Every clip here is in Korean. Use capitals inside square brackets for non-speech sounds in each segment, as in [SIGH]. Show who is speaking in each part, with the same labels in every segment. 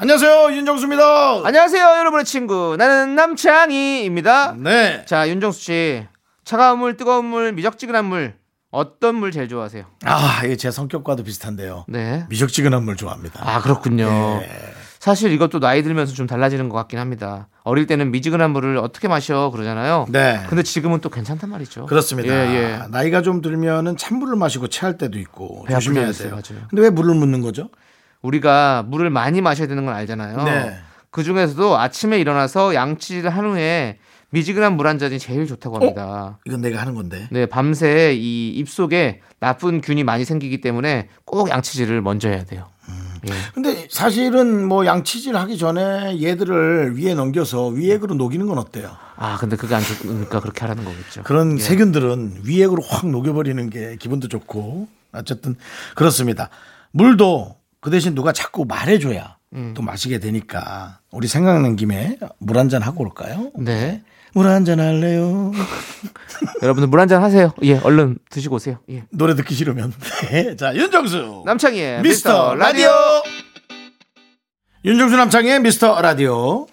Speaker 1: 안녕하세요 윤정수입니다.
Speaker 2: 안녕하세요, 여러분의 친구. 나는 남창희입니다.
Speaker 1: 네.
Speaker 2: 자, 윤정수 씨. 차가운 물, 뜨거운 물, 미적지근한 물. 어떤 물 제일 좋아하세요?
Speaker 1: 아 이게 제 성격과도 비슷한데요.
Speaker 2: 네.
Speaker 1: 미적지근한 물 좋아합니다.
Speaker 2: 아, 그렇군요.
Speaker 1: 네.
Speaker 2: 사실 이것도 나이 들면서 좀 달라지는 것 같긴 합니다. 어릴 때는 미지근한 물을 어떻게 마셔 그러잖아요.
Speaker 1: 네.
Speaker 2: 근데 지금은 또 괜찮단 말이죠.
Speaker 1: 그렇습니다.
Speaker 2: 예, 예.
Speaker 1: 나이가 좀 들면은 찬물을 마시고 체할 때도 있고
Speaker 2: 배 아플
Speaker 1: 조심해야
Speaker 2: 때도
Speaker 1: 돼요.
Speaker 2: 있어요. 맞아요.
Speaker 1: 근데 왜 물을 묻는 거죠?
Speaker 2: 우리가 물을 많이 마셔야 되는 건 알잖아요.
Speaker 1: 네.
Speaker 2: 그 중에서도 아침에 일어나서 양치를 한 후에 미지근한 물 한 잔이 제일 좋다고 합니다.
Speaker 1: 이건 내가 하는 건데.
Speaker 2: 네, 밤새 이 입속에 나쁜 균이 많이 생기기 때문에 꼭 양치질을 먼저 해야 돼요. 예.
Speaker 1: 근데 사실은 뭐 양치질 하기 전에 얘들을 위에 넘겨서 위액으로 녹이는 건 어때요?
Speaker 2: 아, 근데 그게 안 좋으니까 그렇게 하라는 거겠죠.
Speaker 1: 그런 세균들은 위액으로 확 녹여버리는 게 기분도 좋고 어쨌든 그렇습니다. 물도 그 대신 누가 자꾸 말해줘야 또 마시게 되니까 우리 생각난 김에 물 한 잔 하고 올까요?
Speaker 2: 네.
Speaker 1: 물 한 잔 할래요.
Speaker 2: 여러분들 물 한 잔 하세요. 예, 얼른 드시고 오세요. 예.
Speaker 1: 노래 듣기 싫으면 [LAUGHS] 네. 자 윤정수
Speaker 2: 남창희의
Speaker 1: 예, 미스터 라디오 윤정수 남창의 미스터 라디오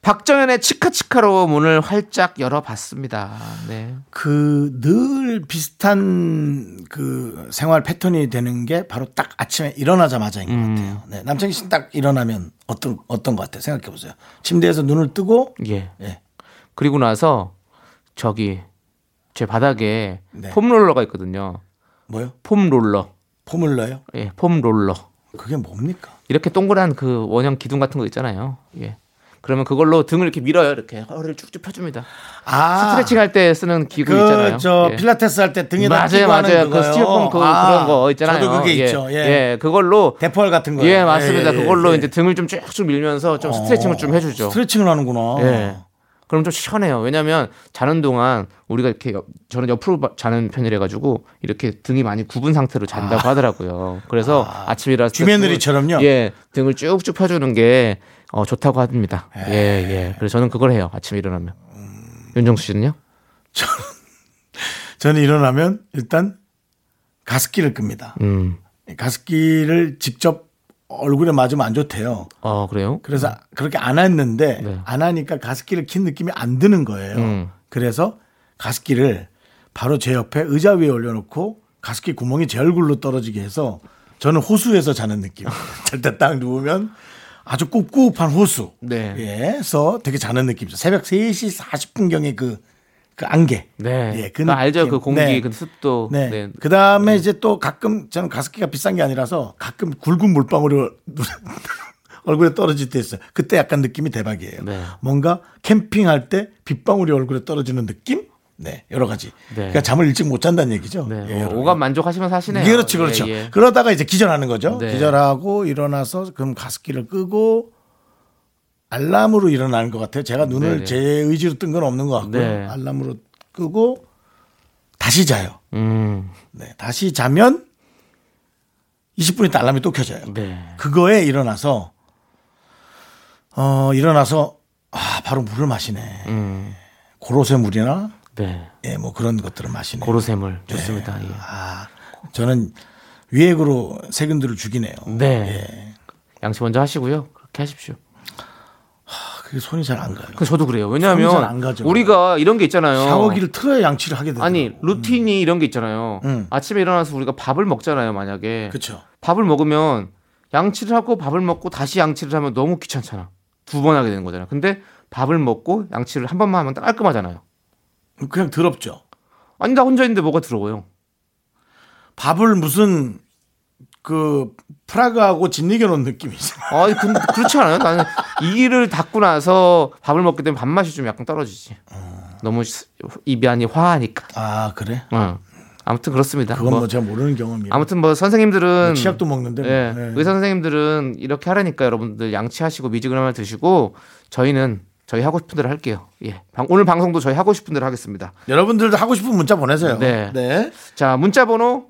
Speaker 2: 박정현의 치카치카로 문을 활짝 열어봤습니다. 네.
Speaker 1: 그 늘 비슷한 그 생활 패턴이 되는 게 바로 딱 아침에 일어나자마자인 것
Speaker 2: 음.
Speaker 1: 같아요. 네, 남창희 씨는 딱 일어나면 어떤 어떤 것 같아요? 생각해 보세요. 침대에서 눈을 뜨고
Speaker 2: 예.
Speaker 1: 예.
Speaker 2: 그리고 나서 저기 제 바닥에
Speaker 1: 네.
Speaker 2: 폼롤러가 있거든요.
Speaker 1: 뭐요?
Speaker 2: 폼롤러.
Speaker 1: 폼을 넣어요?
Speaker 2: 예, 폼롤러.
Speaker 1: 그게 뭡니까?
Speaker 2: 이렇게 동그란 그 원형 기둥 같은 거 있잖아요. 예. 그러면 그걸로 등을 이렇게 밀어요. 이렇게 허리를 쭉쭉 펴줍니다.
Speaker 1: 아,
Speaker 2: 스트레칭 할 때 쓰는 기구 있잖아요.
Speaker 1: 그저
Speaker 2: 예.
Speaker 1: 필라테스 할 때 등에다
Speaker 2: 맞아요,
Speaker 1: 끼고
Speaker 2: 맞아요.
Speaker 1: 하는
Speaker 2: 그
Speaker 1: 그거요.
Speaker 2: 스티로폼 그,
Speaker 1: 아,
Speaker 2: 그런 거 있잖아요.
Speaker 1: 저도 그게
Speaker 2: 예.
Speaker 1: 있죠. 예.
Speaker 2: 예, 그걸로
Speaker 1: 대펄 같은 거요.
Speaker 2: 예, 맞습니다.
Speaker 1: 예, 예,
Speaker 2: 그걸로
Speaker 1: 예. 어.
Speaker 2: 이제 등을 좀 쭉쭉 밀면서 좀 스트레칭을 좀 해주죠.
Speaker 1: 스트레칭을 하는구나.
Speaker 2: 예. 그럼 좀 시원해요. 왜냐하면 자는 동안 우리가 이렇게 옆- 저는 옆으로 바- 자는 편이라 가지고 이렇게 등이 많이 굽은 상태로 잔다고
Speaker 1: 아.
Speaker 2: 하더라고요. 그래서 아. 침이라
Speaker 1: 쥐며느리처럼요?
Speaker 2: 예, 등을 쭉쭉 펴주는 게 어, 좋다고 합니다. 예, 예. 그래서 저는 그걸 해요. 아침에 일어나면.
Speaker 1: 음.
Speaker 2: 윤정수 씨는요?
Speaker 1: 저는 일어나면 일단 가습기를 끕니다.
Speaker 2: 음,
Speaker 1: 가습기를 직접 얼굴에 맞으면 안 좋대요.
Speaker 2: 어 그래요?
Speaker 1: 그래서 그렇게 안 했는데
Speaker 2: 네.
Speaker 1: 안 하니까 가습기를 킨 느낌이 안 드는 거예요.
Speaker 2: 음.
Speaker 1: 그래서 가습기를 바로 제 옆에 의자 위에 올려놓고 가습기 구멍이 제 얼굴로 떨어지게 해서 저는 호수에서 자는
Speaker 2: [LAUGHS]
Speaker 1: 느낌. 절대 딱 누우면 아주 꿉꿉한 호수.
Speaker 2: 네.
Speaker 1: 예,서 되게 자는 느낌이죠. 새벽 3시 40분경에 그, 그 안개.
Speaker 2: 네.
Speaker 1: 예,
Speaker 2: 그 알죠? 그
Speaker 1: 느낌.
Speaker 2: 공기,
Speaker 1: 네.
Speaker 2: 그 습도.
Speaker 1: 네.
Speaker 2: 네.
Speaker 1: 그 다음에 이제 또 가끔 저는 가습기가 비싼 게 아니라서 가끔 굵은 물방울이 눈에 [LAUGHS] 얼굴에 떨어질 때 있어요. 그때 약간 느낌이 대박이에요.
Speaker 2: 네.
Speaker 1: 뭔가 캠핑할 때 빗방울이 얼굴에 떨어지는 느낌? 네. 여러 가지. 그러니까 잠을 일찍 못 잔다는 얘기죠.
Speaker 2: 네.
Speaker 1: 예, 여러
Speaker 2: 오감 만족하시면서 하시네요.
Speaker 1: 예, 그렇지, 그렇죠.
Speaker 2: 예, 예.
Speaker 1: 그러다가 이제 기절하는 거죠.
Speaker 2: 네.
Speaker 1: 기절하고 일어나서 그럼 가습기를 끄고 알람으로 일어나는 것 같아요. 제가 눈을
Speaker 2: 네네.
Speaker 1: 제 의지로 뜬 건 없는 것 같고요.
Speaker 2: 네.
Speaker 1: 알람으로 끄고 다시 자요.
Speaker 2: 음,
Speaker 1: 네, 다시 자면 20분 있다 알람이 또 켜져요.
Speaker 2: 네.
Speaker 1: 그거에 일어나서 어 일어나서 아 바로 물을 마시네.
Speaker 2: 음,
Speaker 1: 고로쇠 물이나
Speaker 2: 네.
Speaker 1: 예 뭐 그런 것들을 마시네.
Speaker 2: 고로샘을 좋습니다. 예.
Speaker 1: 아 저는 위액으로 세균들을 죽이네요.
Speaker 2: 네.
Speaker 1: 예.
Speaker 2: 양치 먼저 하시고요. 그렇게 하십시오.
Speaker 1: 아, 그게 손이 잘 안 가요.
Speaker 2: 그 저도 그래요.
Speaker 1: 손이 잘안
Speaker 2: 왜냐하면
Speaker 1: 가죠.
Speaker 2: 우리가 이런 게 있잖아요.
Speaker 1: 샤워기를 틀어야 양치를 하게 되더라고요.
Speaker 2: 아니 루틴이 이런 게 있잖아요.
Speaker 1: 음.
Speaker 2: 아침에 일어나서 우리가 밥을 먹잖아요. 만약에
Speaker 1: 그렇죠.
Speaker 2: 밥을 먹으면 양치를 하고 밥을 먹고 다시 양치를 하면 너무 귀찮잖아. 두 번 하게 되는 거잖아. 근데 밥을 먹고 양치를 한 번만 하면 깔끔하잖아요.
Speaker 1: 그냥 더럽죠.
Speaker 2: 아니 나 혼자 있는데 뭐가 들어요?
Speaker 1: 밥을 무슨 그 프라그하고 짓이겨 놓은 느낌이죠.
Speaker 2: 아니 근데 그렇지 않아요? 나는 이를 닦고 나서 밥을 먹게 되면
Speaker 1: 어.
Speaker 2: 밥맛이 좀 약간 떨어지지. 너무 시- 입이 안이 화하니까.
Speaker 1: 아 그래?
Speaker 2: 어. 아무튼 그렇습니다.
Speaker 1: 그건
Speaker 2: 뭐
Speaker 1: 뭐 제가 모르는 경험이에요.
Speaker 2: 아무튼 뭐 선생님들은
Speaker 1: 치약도 먹는데. 뭐.
Speaker 2: 예,
Speaker 1: 네.
Speaker 2: 의사 선생님들은 이렇게 하라니까 여러분들 양치하시고 미지근하면 드시고 저희는 저희 하고 싶은 대로 할게요. 예. 방- 오늘 방송도 저희 하고 싶은 대로 하겠습니다.
Speaker 1: 여러분들도 하고 싶은 문자 보내세요.
Speaker 2: 네. 자, 문자 번호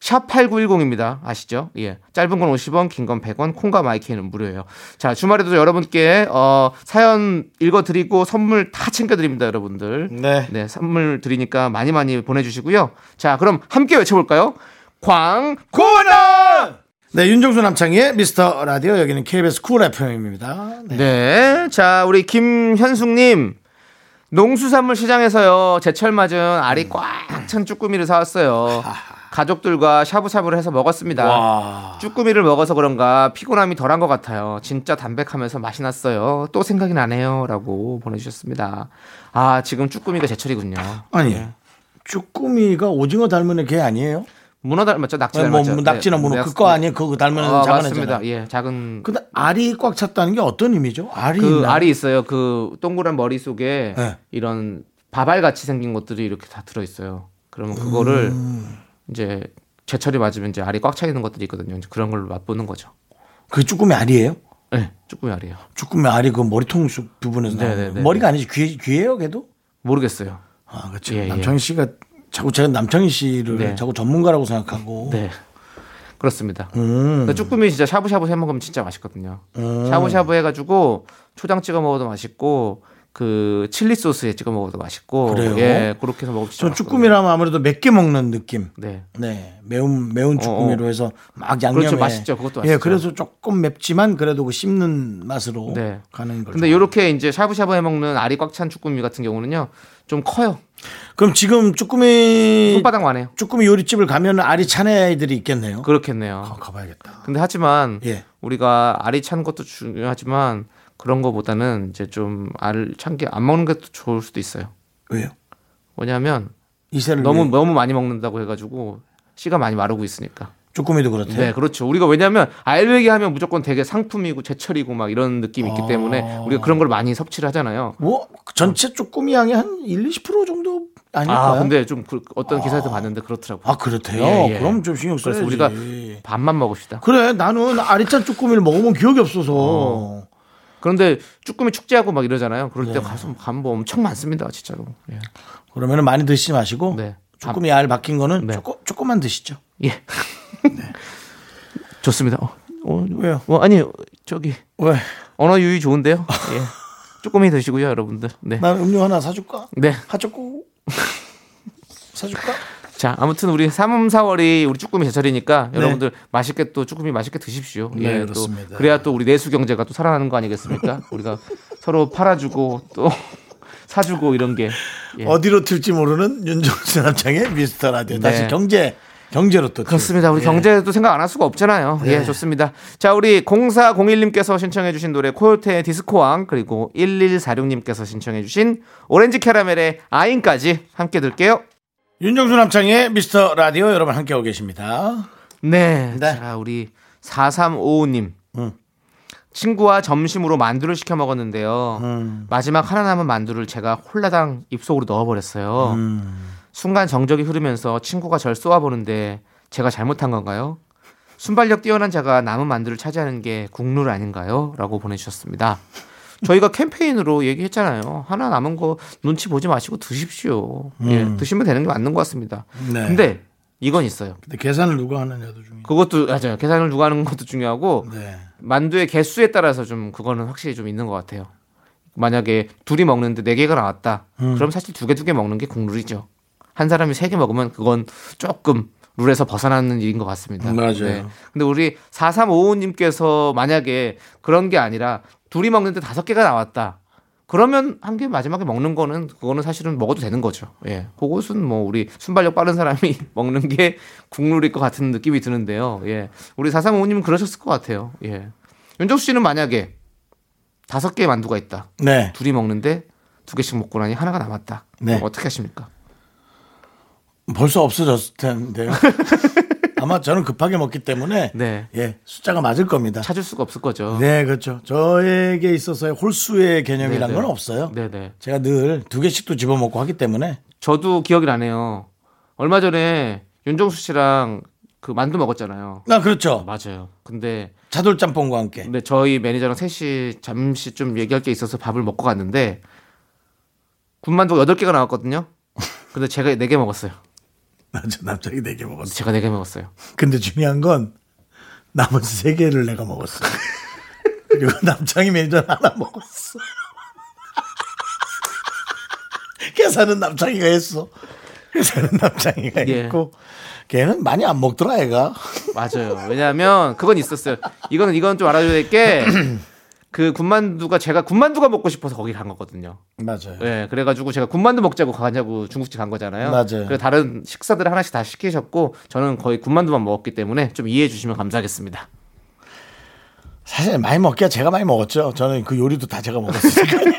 Speaker 2: 샵 8910입니다. 아시죠? 예. 짧은 건 50원, 긴 건 100원, 콩과 마이크는 무료예요. 자, 주말에도 여러분께 어, 사연 읽어 드리고 선물 다 챙겨 드립니다, 여러분들.
Speaker 1: 네.
Speaker 2: 네, 선물 드리니까 많이 많이 보내 주시고요. 자, 그럼 함께 외쳐 볼까요? 광
Speaker 1: 고원아! 네, 윤정수 남창희의 미스터 라디오 여기는 KBS 쿨 FM입니다. 네.
Speaker 2: 네. 자, 우리 김현숙님. 농수산물 시장에서요, 제철 맞은
Speaker 1: 음.
Speaker 2: 알이 꽉 찬 쭈꾸미를 사왔어요. 가족들과 샤브샤브를 해서 먹었습니다.
Speaker 1: 와.
Speaker 2: 쭈꾸미를 먹어서 그런가 피곤함이 덜한 것 같아요. 진짜 담백하면서 맛이 났어요. 또 생각이 나네요. 라고 보내주셨습니다. 아, 지금 쭈꾸미가 제철이군요.
Speaker 1: 아니.
Speaker 2: 네.
Speaker 1: 쭈꾸미가 오징어 닮은 애 걔 아니에요?
Speaker 2: 문어 닮았죠? 낙지
Speaker 1: 뭐,
Speaker 2: 닮았죠?
Speaker 1: 뭐 낙지나
Speaker 2: 네,
Speaker 1: 문어
Speaker 2: 낙지.
Speaker 1: 그거 아니에요? 그거 닮은 애
Speaker 2: 아,
Speaker 1: 작은
Speaker 2: 맞습니다.
Speaker 1: 애잖아.
Speaker 2: 예, 작은
Speaker 1: 근데 알이 꽉 찼다는 게 어떤 의미죠? 알이
Speaker 2: 그
Speaker 1: 있나?
Speaker 2: 알이 있어요. 그 동그란 머리 속에
Speaker 1: 네.
Speaker 2: 이런 바발 같이 생긴 것들이 이렇게 다 들어 있어요. 그러면 그거를
Speaker 1: 음.
Speaker 2: 이제 제철이 맞으면 이제 알이 꽉 차 있는 것들이 있거든요. 이제 그런 걸 맛보는 거죠.
Speaker 1: 그 쭈꾸미 알이에요?
Speaker 2: 네, 쭈꾸미 알이에요.
Speaker 1: 쭈꾸미 알이 그 머리통 쑥 부분에서
Speaker 2: 네,
Speaker 1: 나오는
Speaker 2: 네, 네,
Speaker 1: 머리가 아니지 귀 귀예요, 걔도?
Speaker 2: 모르겠어요.
Speaker 1: 아, 그렇죠.
Speaker 2: 예, 예.
Speaker 1: 남창희 씨가 자꾸 제가 남창희 씨를
Speaker 2: 네.
Speaker 1: 자꾸 전문가라고 생각하고
Speaker 2: 네. 그렇습니다.
Speaker 1: 음.
Speaker 2: 근데 쭈꾸미 진짜 샤브샤브 해 먹으면 진짜 맛있거든요. 샤브샤브 해가지고 초장 찍어 먹어도 맛있고 그 칠리 소스에 찍어 먹어도 맛있고
Speaker 1: 그래요?
Speaker 2: 예 그렇게 해서 먹으면 진짜
Speaker 1: 저
Speaker 2: 맛있거든요.
Speaker 1: 쭈꾸미라면 아무래도 몇 개 먹는 느낌.
Speaker 2: 네
Speaker 1: 네, 매운 매운 쭈꾸미로 해서 막 양념에
Speaker 2: 어, 그렇죠. 맛있죠. 그것도
Speaker 1: 예,
Speaker 2: 맛있죠.
Speaker 1: 그래서 조금 맵지만 그래도 그 씹는 맛으로
Speaker 2: 네.
Speaker 1: 가는 거죠.
Speaker 2: 근데 요렇게 이제 샤브샤브 해 먹는 알이 꽉 찬 쭈꾸미 같은 경우는요 좀 커요
Speaker 1: 그럼 지금 쭈꾸미
Speaker 2: 손바닥만 해요
Speaker 1: 쭈꾸미 요리집을 가면 알이 찬 애들이 있겠네요. 아,
Speaker 2: 그렇겠네요
Speaker 1: 가봐야겠다.
Speaker 2: 근데 하지만
Speaker 1: 아, 예.
Speaker 2: 우리가 알이 찬 것도 중요하지만 그런 거보다는 이제 좀 알 찬 게 안 먹는 것도 좋을 수도 있어요
Speaker 1: 왜요?
Speaker 2: 왜냐하면
Speaker 1: 이세를
Speaker 2: 너무 뭐-
Speaker 1: 위해
Speaker 2: 너무 많이 먹는다고 해가지고 씨가 많이 마르고 있으니까
Speaker 1: 쭈꾸미도 그렇대요.
Speaker 2: 네, 그렇죠. 우리가 왜냐하면 알배기 하면 무조건 되게 상품이고 제철이고 막 이런 느낌이
Speaker 1: 아.
Speaker 2: 있기 때문에 우리가 그런 걸 많이 섭취를 하잖아요.
Speaker 1: 뭐 전체 쭈꾸미 양의 한 1, 20% 정도 아닐까요?
Speaker 2: 아, 근데 좀 그- 어떤 기사에서 봤는데 그렇더라고요.
Speaker 1: 아, 그렇대요.
Speaker 2: 예, 예.
Speaker 1: 그럼 좀 신경 써야지.
Speaker 2: 그래서 우리가 밥만 먹읍시다.
Speaker 1: 그래 나는 아리찬 쭈꾸미를 먹어본 기억이 없어서
Speaker 2: 그런데 쭈꾸미 축제하고 막 이러잖아요. 그럴
Speaker 1: 네.
Speaker 2: 때 가서 가면 뭐 엄청 많습니다, 진짜로. 예.
Speaker 1: 그러면 은 많이 드시지 마시고
Speaker 2: 네.
Speaker 1: 쭈꾸미 알 박힌 거는
Speaker 2: 네.
Speaker 1: 조금, 조금만 드시죠.
Speaker 2: 예. [LAUGHS] 좋습니다. 어, 어,
Speaker 1: 왜요?
Speaker 2: 어, 아니 저기
Speaker 1: 왜?
Speaker 2: 언어 유희 좋은데요. 예.
Speaker 1: [LAUGHS]
Speaker 2: 쭈꾸미 드시고요, 여러분들. 네.
Speaker 1: 난 음료 하나 사줄까?
Speaker 2: 네. [LAUGHS]
Speaker 1: 하쭈꾸 사줄까?
Speaker 2: 자, 아무튼 우리 3, 4월이 우리 쭈꾸미 제철이니까 여러분들 맛있게 또 쭈꾸미 맛있게 드십시오. 예,
Speaker 1: 네,
Speaker 2: 또
Speaker 1: 그렇습니다.
Speaker 2: 그래야 또 우리 내수 경제가 또 살아나는 거 아니겠습니까? 우리가 서로 팔아주고 또 [LAUGHS] 사주고 이런 게 예.
Speaker 1: 어디로 튈지 모르는 윤정수 남창의 미스터 라디오. 다시
Speaker 2: 네.
Speaker 1: 경제 경제로 또
Speaker 2: 그렇습니다. 우리 경제도 생각 안 할 수가 없잖아요. 예, 좋습니다. 자, 우리 0401님께서 신청해주신 노래 코요태의 디스코왕 그리고 1146님께서 신청해주신 오렌지 캐러멜의 아인까지 함께 들게요.
Speaker 1: 윤정수 남창의 미스터 라디오 여러분 함께하고 계십니다.
Speaker 2: 네.
Speaker 1: 네.
Speaker 2: 자, 우리 4355님.
Speaker 1: 음.
Speaker 2: 친구와 점심으로 만두를 시켜 먹었는데요. 마지막 하나 남은 만두를 제가 홀라당 입속으로 넣어버렸어요.
Speaker 1: 음,
Speaker 2: 순간 정적이 흐르면서 친구가 절 쏘아보는데 제가 잘못한 건가요? 순발력 뛰어난 제가 남은 만두를 차지하는 게 국룰 아닌가요? 라고 보내주셨습니다. 저희가 캠페인으로 얘기했잖아요. 하나 남은 거 눈치 보지 마시고 드십시오. 예, 드시면 되는 게 맞는 것 같습니다.
Speaker 1: 음. 네.
Speaker 2: 근데 이건 있어요.
Speaker 1: 근데 계산을 누가 하느냐도 중요.
Speaker 2: 그것도 맞아요. 계산을 누가 하는 것도 중요하고
Speaker 1: 네.
Speaker 2: 만두의 개수에 따라서 좀 그거는 확실히 좀 있는 것 같아요. 만약에 둘이 먹는데 네 개가 나왔다.
Speaker 1: 음.
Speaker 2: 그럼 사실 두 개 두 개 먹는 게 국룰이죠. 한 사람이 세 개 먹으면 그건 조금 룰에서 벗어나는 일인 것 같습니다. 네.
Speaker 1: 맞아요.
Speaker 2: 근데 우리 4355님께서 만약에 그런 게 아니라 둘이 먹는데 다섯 개가 나왔다. 그러면 한 개 마지막에 먹는 거는 그거는 사실은 먹어도 되는 거죠. 예. 그것은 뭐 우리 순발력 빠른 사람이 [LAUGHS] 먹는 게 국룰일 것 같은 느낌이 드는데요. 예. 우리 4355님은 그러셨을 것 같아요. 예. 윤정수 씨는 만약에 다섯 개의 만두가 있다.
Speaker 1: 네.
Speaker 2: 둘이 먹는데 두 개씩 먹고 나니 하나가 남았다.
Speaker 1: 네.
Speaker 2: 그럼 어떻게 하십니까?
Speaker 1: 벌써 없어졌을
Speaker 2: [LAUGHS]
Speaker 1: 텐데요. 아마 저는 급하게 먹기 때문에
Speaker 2: 네.
Speaker 1: 예 숫자가 맞을 겁니다.
Speaker 2: 찾을 수가 없을 거죠.
Speaker 1: 네, 그렇죠. 저에게 있어서의 홀수의 개념이란
Speaker 2: 네,
Speaker 1: 건
Speaker 2: 네.
Speaker 1: 없어요.
Speaker 2: 네네.
Speaker 1: 제가 늘 두 개씩도 집어먹고 하기 때문에
Speaker 2: 저도 기억이 나네요. 얼마 전에 윤정수 씨랑 그 만두 먹었잖아요.
Speaker 1: 나 그렇죠.
Speaker 2: 맞아요. 음. 근데
Speaker 1: 차돌 짬뽕과 함께.
Speaker 2: 근데 저희 매니저랑 셋이 잠시 좀 얘기할 게 있어서 밥을 먹고 갔는데 군만두가 8개가 나왔거든요. 근데 제가 4개 먹었어요.
Speaker 1: 맞아, 남자기 네개 먹었어.
Speaker 2: 제가 4개 먹었어요.
Speaker 1: 근데 중요한 건 나머지 세 개를 내가
Speaker 2: [LAUGHS]
Speaker 1: 먹었어. 그리고 남창이 매니저 하나 먹었어. [LAUGHS] 계산은 남창이가 했어. 계산은 남창이가
Speaker 2: 예.
Speaker 1: 했고 걔는 많이 안 먹더라 애가.
Speaker 2: 맞아요. 왜냐하면 그건 있었어요. 이거는 이건 좀 알아줘야 될 게 그 군만두가 제가 군만두가 먹고 싶어서 거기 간 거거든요.
Speaker 1: 맞아요.
Speaker 2: 예, 그래가지고 제가 군만두 먹자고 가냐고 중국집 간 거잖아요.
Speaker 1: 맞아요.
Speaker 2: 그래서 다른 식사들 하나씩 다 시키셨고 저는 거의 군만두만 먹었기 때문에 좀 이해해 주시면 감사하겠습니다.
Speaker 1: 사실 많이 먹기야 제가 많이 먹었죠. 저는 그 요리도 다 제가 먹었으니까요.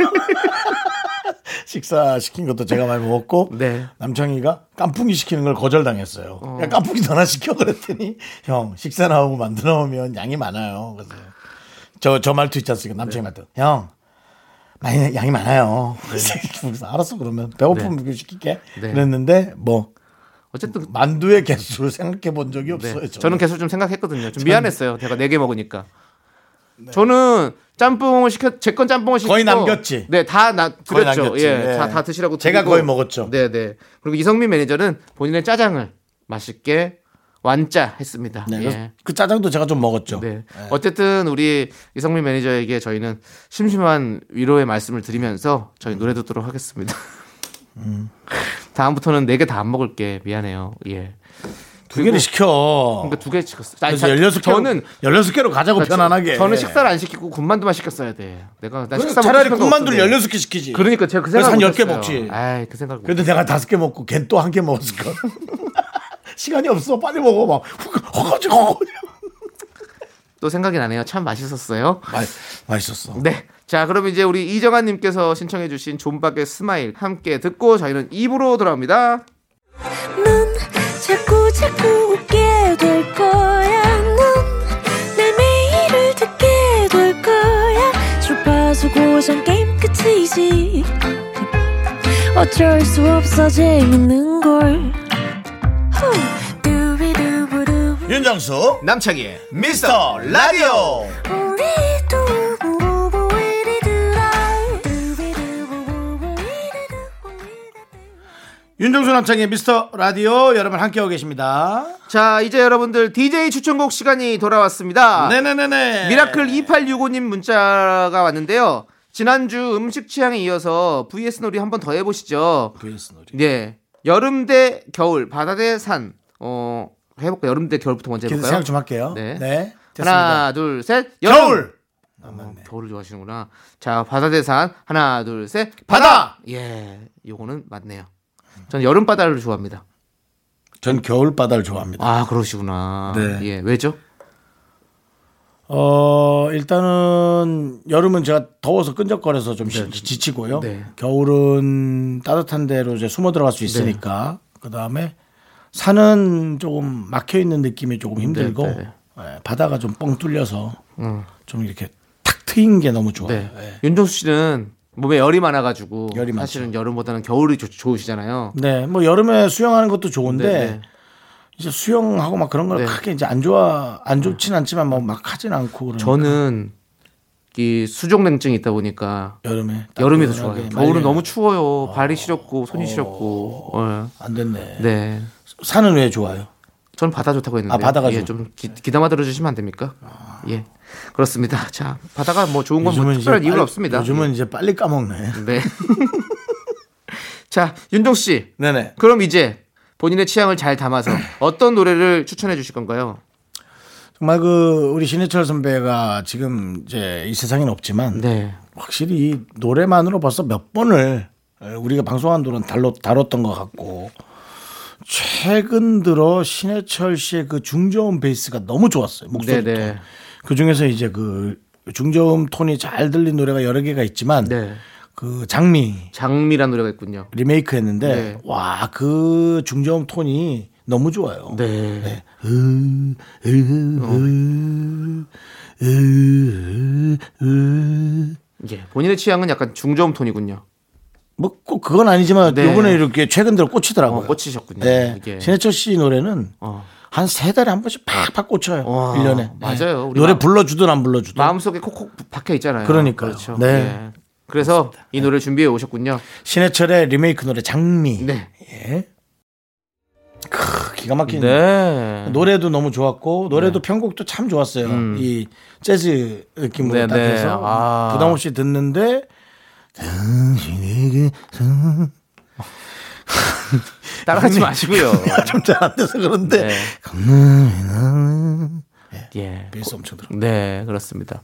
Speaker 1: [LAUGHS] 식사 시킨 것도 제가 많이 먹었고
Speaker 2: 네.
Speaker 1: 남창이가 깐풍기 시키는 걸 거절당했어요. 야, 깐풍기 더 하나 시켜 그랬더니 형 식사 나오고 만두 나오면 양이 많아요. 그래서 저 저 말투 있지 않습니까?
Speaker 2: 네.
Speaker 1: 남창이 말투. 형 많이 양이 많아요. 그래서 알았어 그러면 배고프면 그거 시킬게.
Speaker 2: 네.
Speaker 1: 그랬는데 뭐
Speaker 2: 어쨌든
Speaker 1: 만두의 개수를 생각해 본 적이
Speaker 2: 네.
Speaker 1: 없어요.
Speaker 2: 저는 계속 좀 생각했거든요. 좀 미안했어요. 제가 네 개 먹으니까. 저는 짬뽕을 시켰 제 건 짬뽕을 시켰고
Speaker 1: 네. 거의 남겼지?
Speaker 2: 네, 다나
Speaker 1: 거의
Speaker 2: 드렸죠.
Speaker 1: 남겼지.
Speaker 2: 예.
Speaker 1: 네.
Speaker 2: 다, 다 드시라고
Speaker 1: 제가
Speaker 2: 드리고.
Speaker 1: 거의 먹었죠.
Speaker 2: 네, 네. 그리고 이성민 매니저는 본인의 짜장을 맛있게 완짜 했습니다.
Speaker 1: 네, 그래서
Speaker 2: 예.
Speaker 1: 그 짜장도 제가 좀 먹었죠.
Speaker 2: 네. 어쨌든 우리 이성민 매니저에게 저희는 심심한 위로의 말씀을 드리면서
Speaker 1: 음.
Speaker 2: 저희 노래 듣도록 하겠습니다. [LAUGHS] 다음부터는 네 개 다 안 먹을게. 미안해요. 예.
Speaker 1: 두 개를 시켜.
Speaker 2: 그러니까 두 개 시켰어. 아니,
Speaker 1: 그래서
Speaker 2: 자-
Speaker 1: 16개로,
Speaker 2: 저는
Speaker 1: 16개로 가자고
Speaker 2: 그러니까
Speaker 1: 편안하게.
Speaker 2: 저는 식사를 안 시키고 군만두만 시켰어야 돼. 내가 난
Speaker 1: 그래,
Speaker 2: 식사 먹고
Speaker 1: 차라리
Speaker 2: 싶은 거
Speaker 1: 군만두를
Speaker 2: 없던데.
Speaker 1: 16개 시키지.
Speaker 2: 그러니까 제가 그
Speaker 1: 그래서
Speaker 2: 생각
Speaker 1: 한 10개 먹지.
Speaker 2: 아이 그 생각.
Speaker 1: 그래도 내가 다섯 개 먹고 걘 또 한 개 먹었을 걸. [LAUGHS] 시간이 없어. 빨리 먹어. 막 허거지거.
Speaker 2: 또 생각이 나네요. 참 맛있었어요.
Speaker 1: 맛있었어.
Speaker 2: 네. 자 그럼 이제 우리 이정아님께서 신청해주신 존박의 스마일 함께 듣고 저희는 입으로 돌아옵니다.
Speaker 3: 넌 자꾸 자꾸 웃게 될 거야. 넌내 매일을 듣게 될 거야. 주파수 고정 게임 끝이지. 어쩔 수 없어 재밌는 걸. 후. 두비두부두.
Speaker 1: 윤정수
Speaker 2: 남창희의
Speaker 1: 미스터 라디오.
Speaker 3: 우리 두부부부 우리 두라. 두비두부부부 우리 두부 우리 두부.
Speaker 1: 윤정수 남창의 미스터 라디오 여러분 함께하고 계십니다.
Speaker 2: 자 이제 여러분들 DJ 추천곡 시간이 돌아왔습니다.
Speaker 1: 네네네네.
Speaker 2: 미라클 2865님 문자가 왔는데요. 지난주 음식 취향에 이어서 VS 놀이 한번 더 해보시죠.
Speaker 1: VS 놀이.
Speaker 2: 네. 여름 대 겨울, 바다 대 산. 어, 해볼까? 요 여름 대 겨울부터 먼저
Speaker 1: 계속
Speaker 2: 해볼까요?
Speaker 1: 생각 좀 할게요.
Speaker 2: 네.
Speaker 1: 네. 됐습니다.
Speaker 2: 하나, 둘, 셋. 여름.
Speaker 1: 겨울. 아,
Speaker 2: 어,
Speaker 1: 맞네.
Speaker 2: 겨울을 좋아하시는구나. 자, 바다 대 산. 하나, 둘, 셋.
Speaker 1: 바다.
Speaker 2: 예, 요거는 맞네요. 전 여름 바다를 좋아합니다.
Speaker 1: 전 겨울 바다를 좋아합니다.
Speaker 2: 아, 그러시구나.
Speaker 1: 네.
Speaker 2: 예, 왜죠?
Speaker 1: 어, 일단은 여름은 제가 더워서 끈적거려서 좀 시- 지치고요.
Speaker 2: 네.
Speaker 1: 겨울은 따뜻한 데로 이제 숨어 들어갈 수 있으니까. 그다음에 산은 조금 막혀 있는 느낌이 조금 힘들고
Speaker 2: 네, 네.
Speaker 1: 예, 바다가 좀 뻥 뚫려서
Speaker 2: 음.
Speaker 1: 좀 이렇게 탁 트인 게 너무 좋아요.
Speaker 2: 네.
Speaker 1: 예.
Speaker 2: 윤정수 씨는 몸에 열이 많아가지고
Speaker 1: 열이 많죠.
Speaker 2: 사실은 여름보다는 겨울이 좋, 좋으시잖아요.
Speaker 1: 네, 뭐 여름에 수영하는 것도 좋은데
Speaker 2: 네, 네.
Speaker 1: 이제 수영하고 막 그런 걸
Speaker 2: 네.
Speaker 1: 크게 이제 안 좋아 안 좋진 않지만 막, 막 하진 않고 그러니까
Speaker 2: 저는 이 수족냉증이 있다 보니까
Speaker 1: 여름에
Speaker 2: 여름이 더
Speaker 1: 따뜻하게
Speaker 2: 좋아요. 겨울은
Speaker 1: 말려요. 아.
Speaker 2: 너무 추워요. 발이 시렵고 손이 시렵고. 어.
Speaker 1: 안 됐네.
Speaker 2: 네.
Speaker 1: 산은 왜 좋아요?
Speaker 2: 저는 바다 좋다고 했는데.
Speaker 1: 아, 바다가
Speaker 2: 예,
Speaker 1: 좋- 아.
Speaker 2: 좀 기, 기담아 들어주시면 안 됩니까? 예. 그렇습니다. 자, 바다가 뭐 좋은 건뭐
Speaker 1: 요즘은 이제
Speaker 2: 특별한 이유는
Speaker 1: 빨리-
Speaker 2: 없습니다.
Speaker 1: 요즘은 이제 빨리 까먹네.
Speaker 2: 네. [LAUGHS] 자, 윤종 씨.
Speaker 1: 네네.
Speaker 2: 그럼 이제 본인의 취향을 잘 담아서 어떤 노래를 추천해 주실 건가요?
Speaker 1: 정말 그 우리 신해철 선배가 지금 이제 이 세상에는 없지만
Speaker 2: 네.
Speaker 1: 확실히 이 노래만으로 벌써 몇 번을 우리가 방송한 동안 달로 다뤘던 것 같고 최근 들어 신해철 씨의 그 중저음 베이스가 너무 좋았어요. 목소리
Speaker 2: 네네.
Speaker 1: 톤. 그 중에서 이제 그 중저음 톤이 잘 들린 노래가 여러 개가 있지만
Speaker 2: 네.
Speaker 1: 그 장미
Speaker 2: 장미란 노래가 있군요.
Speaker 1: 리메이크 했는데
Speaker 2: 네.
Speaker 1: 와 그 중저음 톤이 너무 좋아요.
Speaker 2: 네.
Speaker 1: 네. 어.
Speaker 2: 예. 본인의 취향은 약간 중저음 톤이군요.
Speaker 1: 뭐 꼭 그건 아니지만
Speaker 2: 네.
Speaker 1: 요번에 이렇게 최근 들어 꽂히더라고요.
Speaker 2: 어, 꽂히셨군요.
Speaker 1: 네.
Speaker 2: 이게.
Speaker 1: 신해철 씨 노래는
Speaker 2: 어.
Speaker 1: 한 세 달에 한 번씩 팍팍 꽂혀요.
Speaker 2: 와,
Speaker 1: 일년에 예.
Speaker 2: 맞아요. 우리
Speaker 1: 노래
Speaker 2: 마-
Speaker 1: 불러주든 안 불러주든.
Speaker 2: 마음속에 콕콕 박혀 있잖아요.
Speaker 1: 그러니까요.
Speaker 2: 그렇죠.
Speaker 1: 네.
Speaker 2: 예. 그래서 이 노래를 준비해 오셨군요.
Speaker 1: 신해철의 리메이크 노래 장미.
Speaker 2: 네.
Speaker 1: 예. 크, 기가 막힌
Speaker 2: 네.
Speaker 1: 노래도 너무 좋았고 노래도 편곡도 참 좋았어요.
Speaker 2: 음.
Speaker 1: 이 재즈 느낌으로
Speaker 2: 네,
Speaker 1: 딱
Speaker 2: 네.
Speaker 1: 해서
Speaker 2: 아.
Speaker 1: 부담 없이 듣는데 당신에게 [LAUGHS]
Speaker 2: 따라하지 마시고요.
Speaker 1: 좀잘안 돼서 그런데
Speaker 2: 네.
Speaker 1: 아, 강남이나
Speaker 2: 예.
Speaker 1: 베이스 엄청 들어.
Speaker 2: 네, 그렇습니다.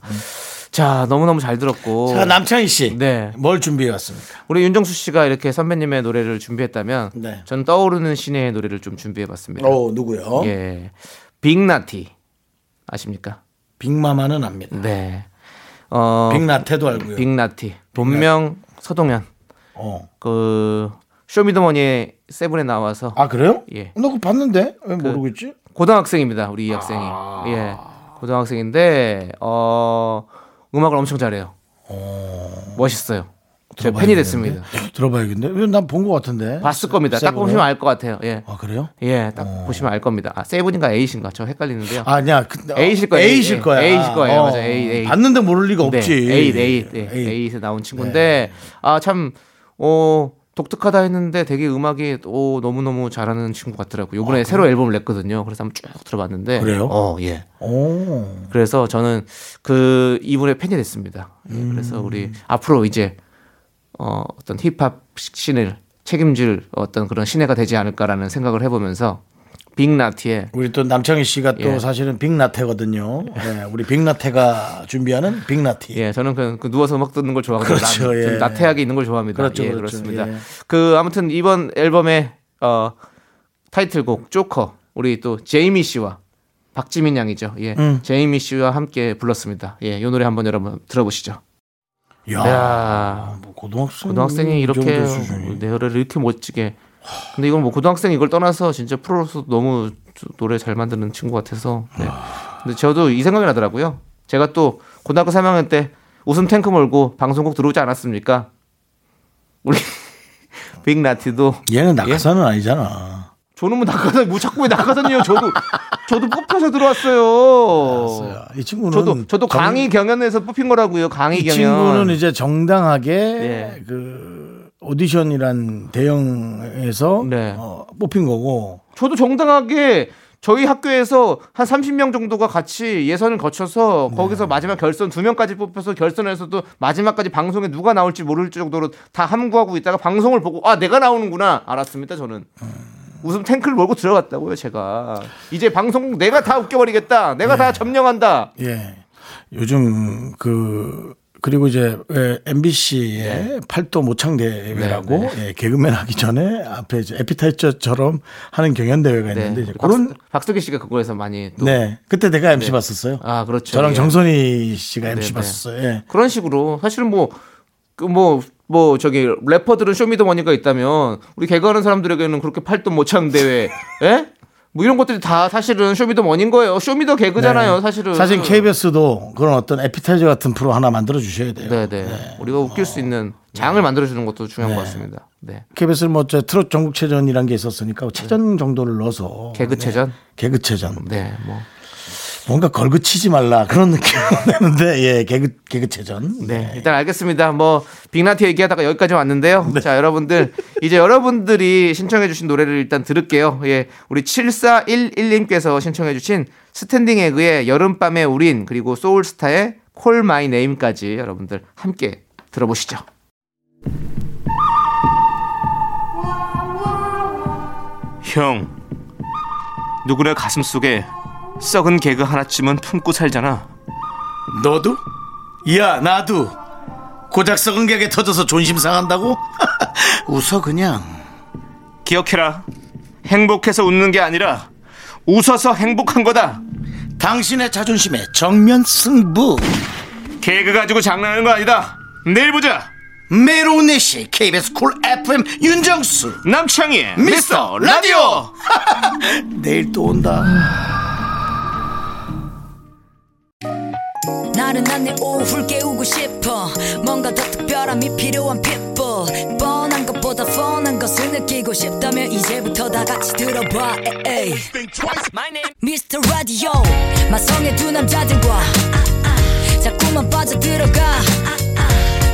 Speaker 2: 자, 너무너무 잘 들었고.
Speaker 1: 음. 자 남창희 씨,
Speaker 2: 어. 네.
Speaker 1: 뭘 준비해 왔습니까?
Speaker 2: 우리 윤정수 씨가 이렇게 선배님의 노래를 준비했다면
Speaker 1: 네.
Speaker 2: 저는 떠오르는 신의 노래를 좀 준비해 봤습니다.
Speaker 1: 어 누구요?
Speaker 2: 예. 빅나티. 아십니까?
Speaker 1: 빅마마는 압니다.
Speaker 2: 네. 어,
Speaker 1: 빅나태도 알고요.
Speaker 2: 빅나티. 본명 서동현.
Speaker 1: 어.
Speaker 2: 그 쇼미더머니의 세븐에 나와서
Speaker 1: 아 그래요?
Speaker 2: 예.
Speaker 1: 나 그거 봤는데 왜 모르고 있지?
Speaker 2: 고등학생입니다. 우리 이 학생이.
Speaker 1: 아.
Speaker 2: 예. 고등학생인데 어 음악을 엄청 잘해요. 멋있어요. 제 팬이 됐습니다.
Speaker 1: 들어봐야겠네. 왜난본 것 같은데?
Speaker 2: 봤을 겁니다. 딱
Speaker 1: 세븐을?
Speaker 2: 보시면 알 것 같아요. 예.
Speaker 1: 아 그래요?
Speaker 2: 예, 딱 보시면 알 겁니다. 아, 세븐인가 에잇인가 저 헷갈리는데요.
Speaker 1: 아니야. 그,
Speaker 2: A실 거예요.
Speaker 1: A실
Speaker 2: 예,
Speaker 1: 거야. 어.
Speaker 2: A실 거예요. 맞아, A, A.
Speaker 1: 봤는데 모를 리가
Speaker 2: 네,
Speaker 1: 없지. 네.
Speaker 2: 에잇, 에잇, 예,
Speaker 1: A.
Speaker 2: 에잇에 나온 친구인데 아참 어, 독특하다 했는데 되게 음악이 또 너무너무 잘하는 친구 같더라고요. 요번에 새로 앨범을 냈거든요. 그래서 한번 쭉 들어봤는데
Speaker 1: 아, 그래요?
Speaker 2: 어, 예.
Speaker 1: 오.
Speaker 2: 그래서 저는 그 이분의 팬이 됐습니다. 예, 그래서 우리
Speaker 1: 음.
Speaker 2: 앞으로 이제 어, 어떤 힙합 신을 책임질 어떤 그런 신예가 되지 않을까라는 생각을 해보면서 빅나티의
Speaker 1: 우리 또 남창희 씨가 또
Speaker 2: 예.
Speaker 1: 사실은 빅나태거든요. 예, 우리 빅나태가 준비하는 빅나티.
Speaker 2: 예, 저는 그, 그 누워서 음악 듣는 걸 좋아하고
Speaker 1: 그렇죠,
Speaker 2: 나,
Speaker 1: 예.
Speaker 2: 좀 나태하게 있는 걸 좋아합니다.
Speaker 1: 그렇죠,
Speaker 2: 예,
Speaker 1: 그렇죠,
Speaker 2: 그렇습니다.
Speaker 1: 예.
Speaker 2: 그 아무튼 이번 앨범의 어, 타이틀곡 조커 우리 또 제이미 씨와 박지민 양이죠. 예,
Speaker 1: 음.
Speaker 2: 제이미 씨와 함께 불렀습니다. 예, 이 노래 한번 여러분 들어보시죠.
Speaker 1: 야,
Speaker 2: 네, 야,
Speaker 1: 뭐 고등학생
Speaker 2: 고등학생이 이렇게 뭐 네.
Speaker 1: 정도 수준이.
Speaker 2: 내 노래를 이렇게 멋지게. 근데 이건 뭐 고등학생 이걸 떠나서 진짜 프로로서 너무 노래 잘 만드는 친구 같아서. 네. 근데 저도 이 생각이 나더라고요. 제가 또 고등학교 3학년 때 웃음 탱크 몰고 방송국 들어오지 않았습니까? 우리 [LAUGHS] 빅나티도
Speaker 1: 얘는 낙하산은 아니잖아.
Speaker 2: 저는 뭐 낙하산 뭐 자꾸 왜 낙하산이에요? 저도 저도 뽑혀서 들어왔어요.
Speaker 1: 이 친구는
Speaker 2: 저도 저도
Speaker 1: 정-
Speaker 2: 강의 경연에서 뽑힌 거라고요. 강의
Speaker 1: 이
Speaker 2: 경연.
Speaker 1: 친구는 이제 정당하게
Speaker 2: 예.
Speaker 1: 그 오디션이란 대형에서
Speaker 2: 네.
Speaker 1: 어, 뽑힌 거고
Speaker 2: 저도 정당하게 저희 학교에서 한 30명 정도가 같이 예선을 거쳐서
Speaker 1: 네.
Speaker 2: 거기서 마지막 결선 두 명까지 뽑혀서 결선에서도 마지막까지 방송에 누가 나올지 모를 정도로 다 함구하고 있다가 방송을 보고 아 내가 나오는구나 알았습니다 저는 웃음 탱크를 몰고 들어갔다고요 제가 이제 방송 내가 다 웃겨버리겠다 내가
Speaker 1: 네.
Speaker 2: 다 점령한다
Speaker 1: 예. 요즘 그 그리고 이제 예, MBC의
Speaker 2: 네.
Speaker 1: 팔도 모창 대회라고 예, 개그맨 하기 전에 앞에 이제 에피타이저처럼 하는 경연 대회가
Speaker 2: 네
Speaker 1: 있는데 이제
Speaker 2: 박수-
Speaker 1: 그런
Speaker 2: 박수기 씨가 그거에서 많이 또
Speaker 1: 네 그때 내가 MC 봤었어요.
Speaker 2: 아, 그렇죠.
Speaker 1: 저랑
Speaker 2: 예.
Speaker 1: 정선희 씨가 MC
Speaker 2: 네.
Speaker 1: 봤었어요. 예.
Speaker 2: 그런 식으로 사실은 뭐 그 뭐, 뭐, 저기, 래퍼들은 쇼미더머니가 있다면, 우리 개그하는 사람들에게는 그렇게 팔도 모창 [LAUGHS] 대회, 예? 뭐 이런 것들이 다 사실은 쇼미더머니인 거예요. 쇼미더 개그잖아요,
Speaker 1: 네.
Speaker 2: 사실은.
Speaker 1: 사실 KBS도 그런 어떤 에피타이저 같은 프로 하나 만들어 주셔야 돼요.
Speaker 2: 네네. 우리가 웃길 수 있는 장을 만들어주는 것도 중요한 것 같습니다. 네.
Speaker 1: KBS는 뭐저 트롯 전국체전이란 게 있었으니까 뭐 체전 정도를 넣어서
Speaker 2: 개그체전?
Speaker 1: 개그체전
Speaker 2: 네, 뭐.
Speaker 1: 뭔가 걸그치지 말라 그런 느낌이 [LAUGHS] 드는데 예 개그 개그체전
Speaker 2: 네. 일단 알겠습니다. 뭐 빅나티 얘기하다가 여기까지 왔는데요. 자, 여러분들 이제 여러분들이 신청해 주신 노래를 일단 들을게요. 예. 우리 7411님께서 신청해 주신 스탠딩 에그의 여름밤의 우린 그리고 소울스타의 콜 마이 네임까지 여러분들 함께 들어보시죠.
Speaker 4: 형, 누구네 가슴 속에 썩은 개그 하나쯤은 품고 살잖아.
Speaker 1: 너도? 야 나도 고작 썩은 객에 터져서 존심 상한다고? [LAUGHS] 웃어 그냥
Speaker 4: 기억해라. 행복해서 웃는 게 아니라 웃어서 행복한 거다.
Speaker 1: 당신의 자존심에 정면 승부
Speaker 4: 개그 가지고 장난하는 거 아니다. 내일 보자.
Speaker 1: 메로네시 KBS 쿨 FM 윤정수
Speaker 4: 남창희의
Speaker 1: 미스터 [LAUGHS] 라디오 내일 또 온다
Speaker 3: 날
Speaker 5: 나른한 내 오후를 깨우고 싶어 뭔가 더 특별함이 필요한 people 뻔한 것보다 뻔한 것을 느끼고 싶다면 이제부터 다 같이 들어봐 에이. Mr. Radio 마성의 두 남자들과 자꾸만 빠져들어가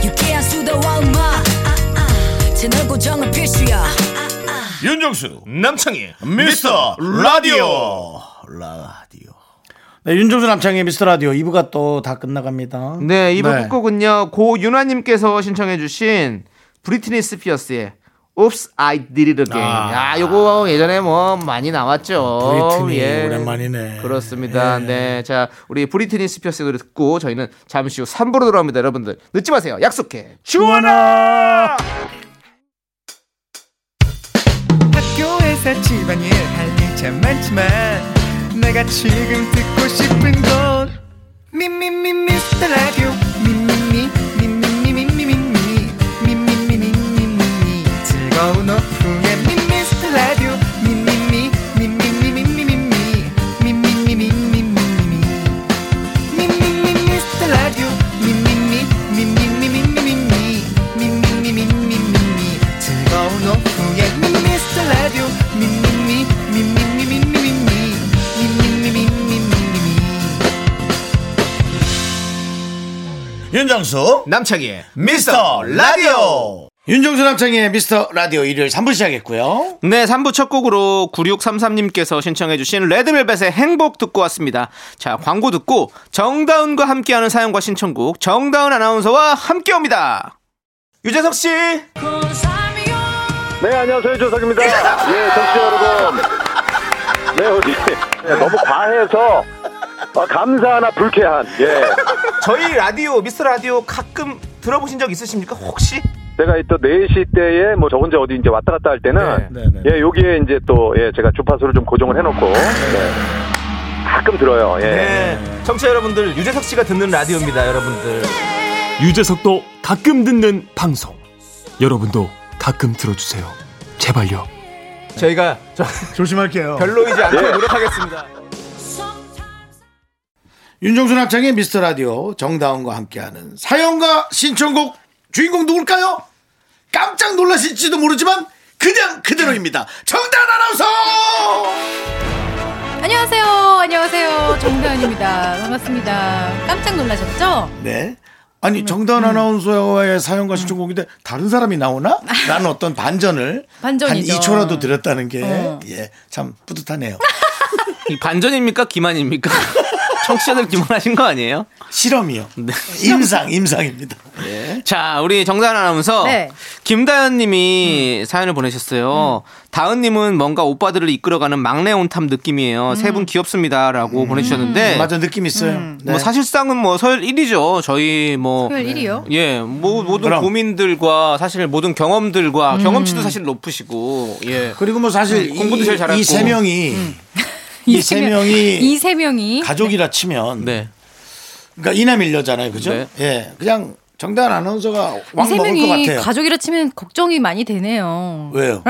Speaker 5: 유쾌한 수다와 음악 채널 고정은 필수야
Speaker 4: 윤정수 남창희 미스터 라디오
Speaker 1: 라디오. 네, 윤종수 남창의 미스터 라디오 2부가 또 다 끝나갑니다.
Speaker 2: 네, 이번 끝곡은요. 고윤아님께서 신청해주신 브리트니 스피어스의 Oops, I Did It Again.
Speaker 1: 아.
Speaker 2: 야, 요거 예전에 뭐 많이 나왔죠. 예.
Speaker 1: 브리트니 오랜만이네.
Speaker 2: 그렇습니다. 네, 자 우리 브리트니 스피어스 노래 듣고 저희는 잠시 후 3부로 돌아옵니다, 여러분들. 늦지 마세요. 약속해.
Speaker 1: 주원아!
Speaker 6: 학교에서 집안일 할 일 참 많지만 내가 지금 듣고 싶은 건 미미미 미스터 라디오 미미미 미미미미미미 미미미미미미 즐거운 오후에 미스터 라디오 미미미 미미미미미미 미미미미미미미 미미미 미스터 라디오 미미미 미미미미미미 미미미미미미 즐거운 오후에 미스터 라디오 미미미 미미미미미미 미미미미미미미
Speaker 1: 윤정수
Speaker 2: 남창희.
Speaker 1: 미스터 라디오. 윤정수 남창의 미스터 라디오 일요일 3부 시작했고요.
Speaker 2: 네, 3부 첫 곡으로 9633님께서 신청해주신 레드벨벳의 행복 듣고 왔습니다. 자, 광고 듣고 정다운과 함께하는 사연과 신청곡 정다운 아나운서와 함께 옵니다. 유재석 씨,
Speaker 7: 네, 안녕하세요. 조석입니다. 예, 정치 여러분. 네, 우리. 네, 너무 과해서. 아, 감사하나 불쾌한. 예.
Speaker 2: 저희 라디오 미스 라디오 가끔 들어보신 적 있으십니까? 혹시?
Speaker 7: 제가 이또 4시 때에 뭐 저 혼자 어디 이제 왔다 갔다 할 때는.
Speaker 1: 네, 네, 네.
Speaker 7: 예, 여기에 이제 또, 예, 제가 주파수를 좀 고정을 해놓고. 예. 가끔 들어요. 예.
Speaker 2: 네, 청취자 여러분들 유재석 씨가 듣는 라디오입니다, 여러분들.
Speaker 8: 유재석도 가끔 듣는 방송. 여러분도 가끔 들어주세요. 제발요.
Speaker 2: 저희가 저-
Speaker 1: 조심할게요.
Speaker 2: 별로이지 않게
Speaker 7: 예.
Speaker 2: 노력하겠습니다.
Speaker 1: 윤정수 남창의 미스터 라디오 정다운과 함께하는 사연과 신청곡 주인공 누굴까요? 깜짝 놀라실지도 모르지만 그냥 그대로입니다. 정다운 아나운서!
Speaker 9: 안녕하세요. 안녕하세요. 정다은입니다. 반갑습니다. 깜짝 놀라셨죠?
Speaker 1: 네. 아니 정다운
Speaker 9: 음.
Speaker 1: 아나운서의 사연과 신청곡인데 다른 사람이 나오나? 라는 어떤 반전을
Speaker 9: 반전이죠.
Speaker 1: 한 2초라도 드렸다는
Speaker 9: 어.
Speaker 1: 게예참 뿌듯하네요.
Speaker 2: 이 반전입니까? 기만입니까? [LAUGHS] 청취자들 기만하신 거 아니에요? [LAUGHS]
Speaker 1: 실험이요.
Speaker 2: 네.
Speaker 1: 임상 임상입니다.
Speaker 2: 자, 우리 정다은 아나운서.
Speaker 9: 네.
Speaker 2: 김다현
Speaker 1: 음.
Speaker 2: 님이 사연을 보내셨어요. 다은 님은 뭔가 오빠들을 이끌어가는 막내 온탐 느낌이에요. 세 분 귀엽습니다. 라고 보내주셨는데.
Speaker 1: 음. 맞아 느낌 있어요.
Speaker 9: 음.
Speaker 1: 네.
Speaker 2: 뭐 사실상은 뭐 서열 1위죠. 저희 뭐.
Speaker 1: 어,
Speaker 9: 토요일 1위요.
Speaker 2: 예, 뭐 모든
Speaker 1: 그럼.
Speaker 2: 고민들과 사실 모든 경험들과
Speaker 1: 음.
Speaker 2: 경험치도 사실 높으시고 예.
Speaker 1: 그리고 뭐 사실
Speaker 2: 음, 공부도 제일 잘했고.
Speaker 1: 이세 명이
Speaker 9: [LAUGHS]
Speaker 1: 이 세 명이
Speaker 9: 음. 이 세 명이
Speaker 1: 가족이라 치면
Speaker 2: 네.
Speaker 1: 그러니까 이남 일녀잖아요, 그죠?
Speaker 2: 네.
Speaker 1: 예, 그냥 정다은 아나운서가
Speaker 9: 이
Speaker 1: 왕
Speaker 9: 세
Speaker 1: 먹을 것
Speaker 9: 명이
Speaker 1: 같아요.
Speaker 9: 가족이라 치면 걱정이 많이 되네요. [LAUGHS]
Speaker 1: 왜요?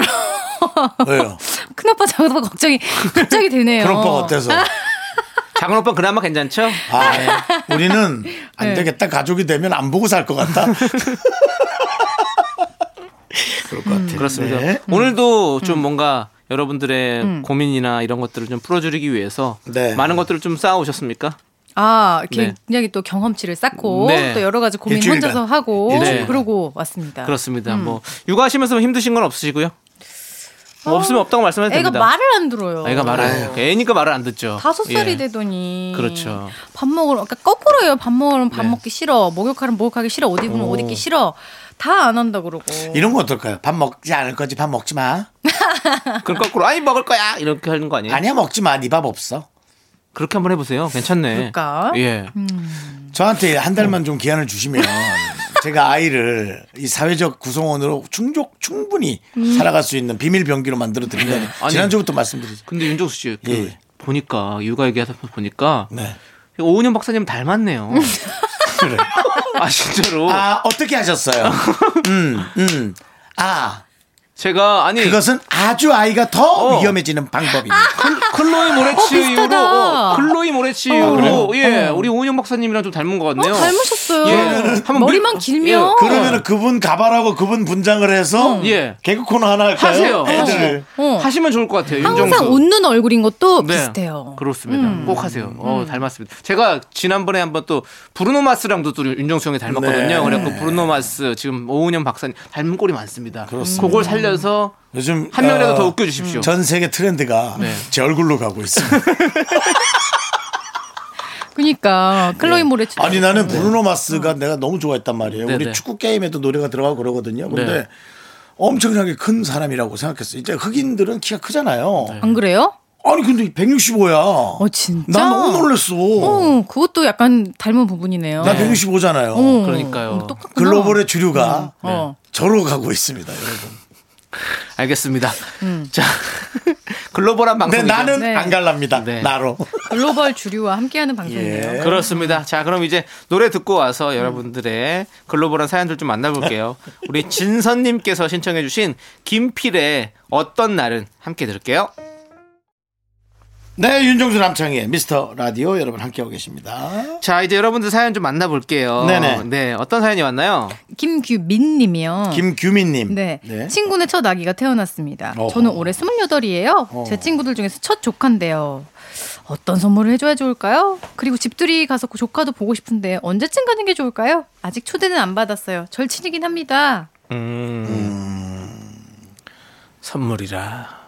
Speaker 1: 왜요?
Speaker 9: 큰아빠 작은아빠 걱정이 [LAUGHS] 갑자기 되네요.
Speaker 1: 그런 뻔 어때서?
Speaker 2: 작은 오빠 그나마 괜찮죠?
Speaker 1: 아, 우리는 안
Speaker 9: 네.
Speaker 1: 되겠다. 가족이 되면 안 보고 살 것 같다. 그럴 것 같아요.
Speaker 2: 음, 그렇습니다.
Speaker 1: 네. 음.
Speaker 2: 오늘도 좀 뭔가 여러분들의 고민이나 이런 것들을 좀 풀어주기 위해서
Speaker 1: 네.
Speaker 2: 많은 것들을 좀 쌓아오셨습니까?
Speaker 9: 아,
Speaker 2: 네.
Speaker 9: 굉장히 또 경험치를 쌓고
Speaker 2: 네.
Speaker 9: 또 여러 가지 고민
Speaker 1: 일주일간.
Speaker 9: 혼자서 하고
Speaker 2: 일주일간.
Speaker 9: 그러고 왔습니다. 음.
Speaker 2: 그렇습니다. 뭐 육아하시면서 뭐 힘드신 건 없으시고요? 뭐 없으면 없다고 말씀해도
Speaker 9: 어, 애가
Speaker 2: 됩니다.
Speaker 9: 말을 안 들어요.
Speaker 2: 아, 애가 말을 안 해요. 애니까 말을 안 듣죠.
Speaker 9: 다섯 살이
Speaker 2: 예.
Speaker 9: 되더니
Speaker 2: 그렇죠.
Speaker 9: 밥 먹으러 그러니까 거꾸로예요. 밥 먹으면 밥
Speaker 2: 네.
Speaker 9: 먹기 싫어. 목욕하면 목욕하기 싫어. 옷 입으면 옷 입기 싫어. 다 안 한다 그러고.
Speaker 2: 예.
Speaker 1: 이런 거 어떨까요? 밥 먹지 않을 거지. 밥 먹지 마.
Speaker 2: 그럼 거꾸로 아이 먹을 거야 이렇게 하는 거 아니에요?
Speaker 1: 아니야 먹지 마. 네 밥 없어.
Speaker 2: 그렇게 한번 해보세요. 괜찮네.
Speaker 9: 그럴까? 음.
Speaker 2: 예.
Speaker 1: 저한테 한 달만 좀 기한을 주시면 제가 아이를 이 사회적 구성원으로 충족 충분히 살아갈 수 있는 비밀 병기로 만들어 드린다니
Speaker 2: 네. 아니.
Speaker 1: 지난주부터 말씀드리죠.
Speaker 2: 근데 윤종수 씨 그,
Speaker 1: 예.
Speaker 2: 보니까 육아 얘기하다 보니까
Speaker 1: 네.
Speaker 2: 오은영 박사님 닮았네요.
Speaker 9: 음.
Speaker 2: [LAUGHS]
Speaker 1: 그래.
Speaker 2: 아 진짜로.
Speaker 1: 아 어떻게
Speaker 2: [LAUGHS]
Speaker 1: 하셨어요? 음, 음. 아
Speaker 2: 제가 아니 어.
Speaker 1: 그것은 아주 아이가 더 위험해지는 방법입니다.
Speaker 2: 클로이 모레츠
Speaker 9: 어,
Speaker 2: 이후로
Speaker 9: 비슷하다.
Speaker 2: 어, 클로이 모레츠
Speaker 1: 그래요?
Speaker 2: 이후로 예 우리 오은영 박사님이랑 좀 닮은 것 같네요.
Speaker 9: 어, 닮으셨어요.
Speaker 2: 예, 한번
Speaker 9: 머리만
Speaker 2: 밀-
Speaker 9: 길면.
Speaker 2: 예,
Speaker 1: 그러면은 그분 가발하고 그분 분장을 해서
Speaker 2: 예.
Speaker 1: 개그 코너 하나 할까요?
Speaker 2: 하세요.
Speaker 1: 애들
Speaker 9: 어.
Speaker 2: 네. 하시면 좋을 것 같아요.
Speaker 9: 항상
Speaker 2: 윤정수.
Speaker 9: 웃는 얼굴인 것도
Speaker 2: 네,
Speaker 9: 비슷해요. 음.
Speaker 2: 그렇습니다. 꼭 하세요. 어, 닮았습니다. 제가 지난번에 한번 또 브루노 마스랑도 또 윤정수 형이 닮았거든요.
Speaker 1: 네.
Speaker 2: 그래갖고 브루노 마스 지금 오은영 박사님 닮은 꼴이 많습니다. 그걸 살려서
Speaker 1: 요즘
Speaker 2: 한 명이라도
Speaker 1: 어,
Speaker 2: 더 웃겨주십시오. 네.
Speaker 1: 전 세계 트렌드가 제 얼굴로 가고
Speaker 2: [LAUGHS]
Speaker 1: 있습니다.
Speaker 9: 그러니까
Speaker 2: 예.
Speaker 9: 클로이 모레츠.
Speaker 1: 아니 나는 브루노 마스가 내가 너무 좋아했단 말이에요.
Speaker 2: 네,
Speaker 1: 우리
Speaker 2: 네.
Speaker 1: 축구 게임에도 노래가 들어가고 그러거든요. 근데
Speaker 2: 네.
Speaker 1: 엄청나게 큰 사람이라고 생각했어요. 이제 흑인들은 키가 크잖아요.
Speaker 2: 네.
Speaker 9: 안 그래요?
Speaker 1: 아니 근데 165야. 어
Speaker 9: 진짜?
Speaker 1: 나 너무 놀랐어.
Speaker 2: 네.
Speaker 9: 어, 그것도 약간 닮은 부분이네요.
Speaker 1: 나 165잖아요.
Speaker 9: 어,
Speaker 2: 그러니까요.
Speaker 9: 똑같구나.
Speaker 1: 글로벌의 주류가
Speaker 2: 음,
Speaker 9: 어.
Speaker 1: 저로 가고 있습니다, 여러분.
Speaker 2: 알겠습니다. [LAUGHS] 자, 글로벌한 방송.
Speaker 1: 근데 나는
Speaker 9: 음. 네.
Speaker 1: 안 갈랍니다.
Speaker 2: 네.
Speaker 1: 나로.
Speaker 9: 글로벌 주류와 함께하는
Speaker 1: 예.
Speaker 9: 방송이에요.
Speaker 2: 그렇습니다. 자, 그럼 이제 노래 듣고 와서 여러분들의 글로벌한 사연들 좀 만나볼게요. 우리 진선님께서 신청해주신 김필의 어떤 날은 함께 들을게요.
Speaker 1: 네, 윤정수 남창희의 미스터 라디오 여러분 함께하고 계십니다.
Speaker 2: 자, 이제 여러분들 사연 좀 만나볼게요.
Speaker 1: 네네.
Speaker 2: 네, 어떤 사연이 왔나요?
Speaker 9: 김규민님이요.
Speaker 1: 김규민님.
Speaker 9: 네. 친구네 첫 아기가 태어났습니다.
Speaker 1: 어허.
Speaker 9: 저는 올해 28이에요. 제 친구들 중에서 첫 조카인데요. 어떤 선물을 해줘야 좋을까요? 그리고 집들이 가서 그 조카도 보고 싶은데 언제쯤 가는 게 좋을까요? 아직 초대는 안 받았어요. 절친이긴 합니다.
Speaker 2: 선물이라.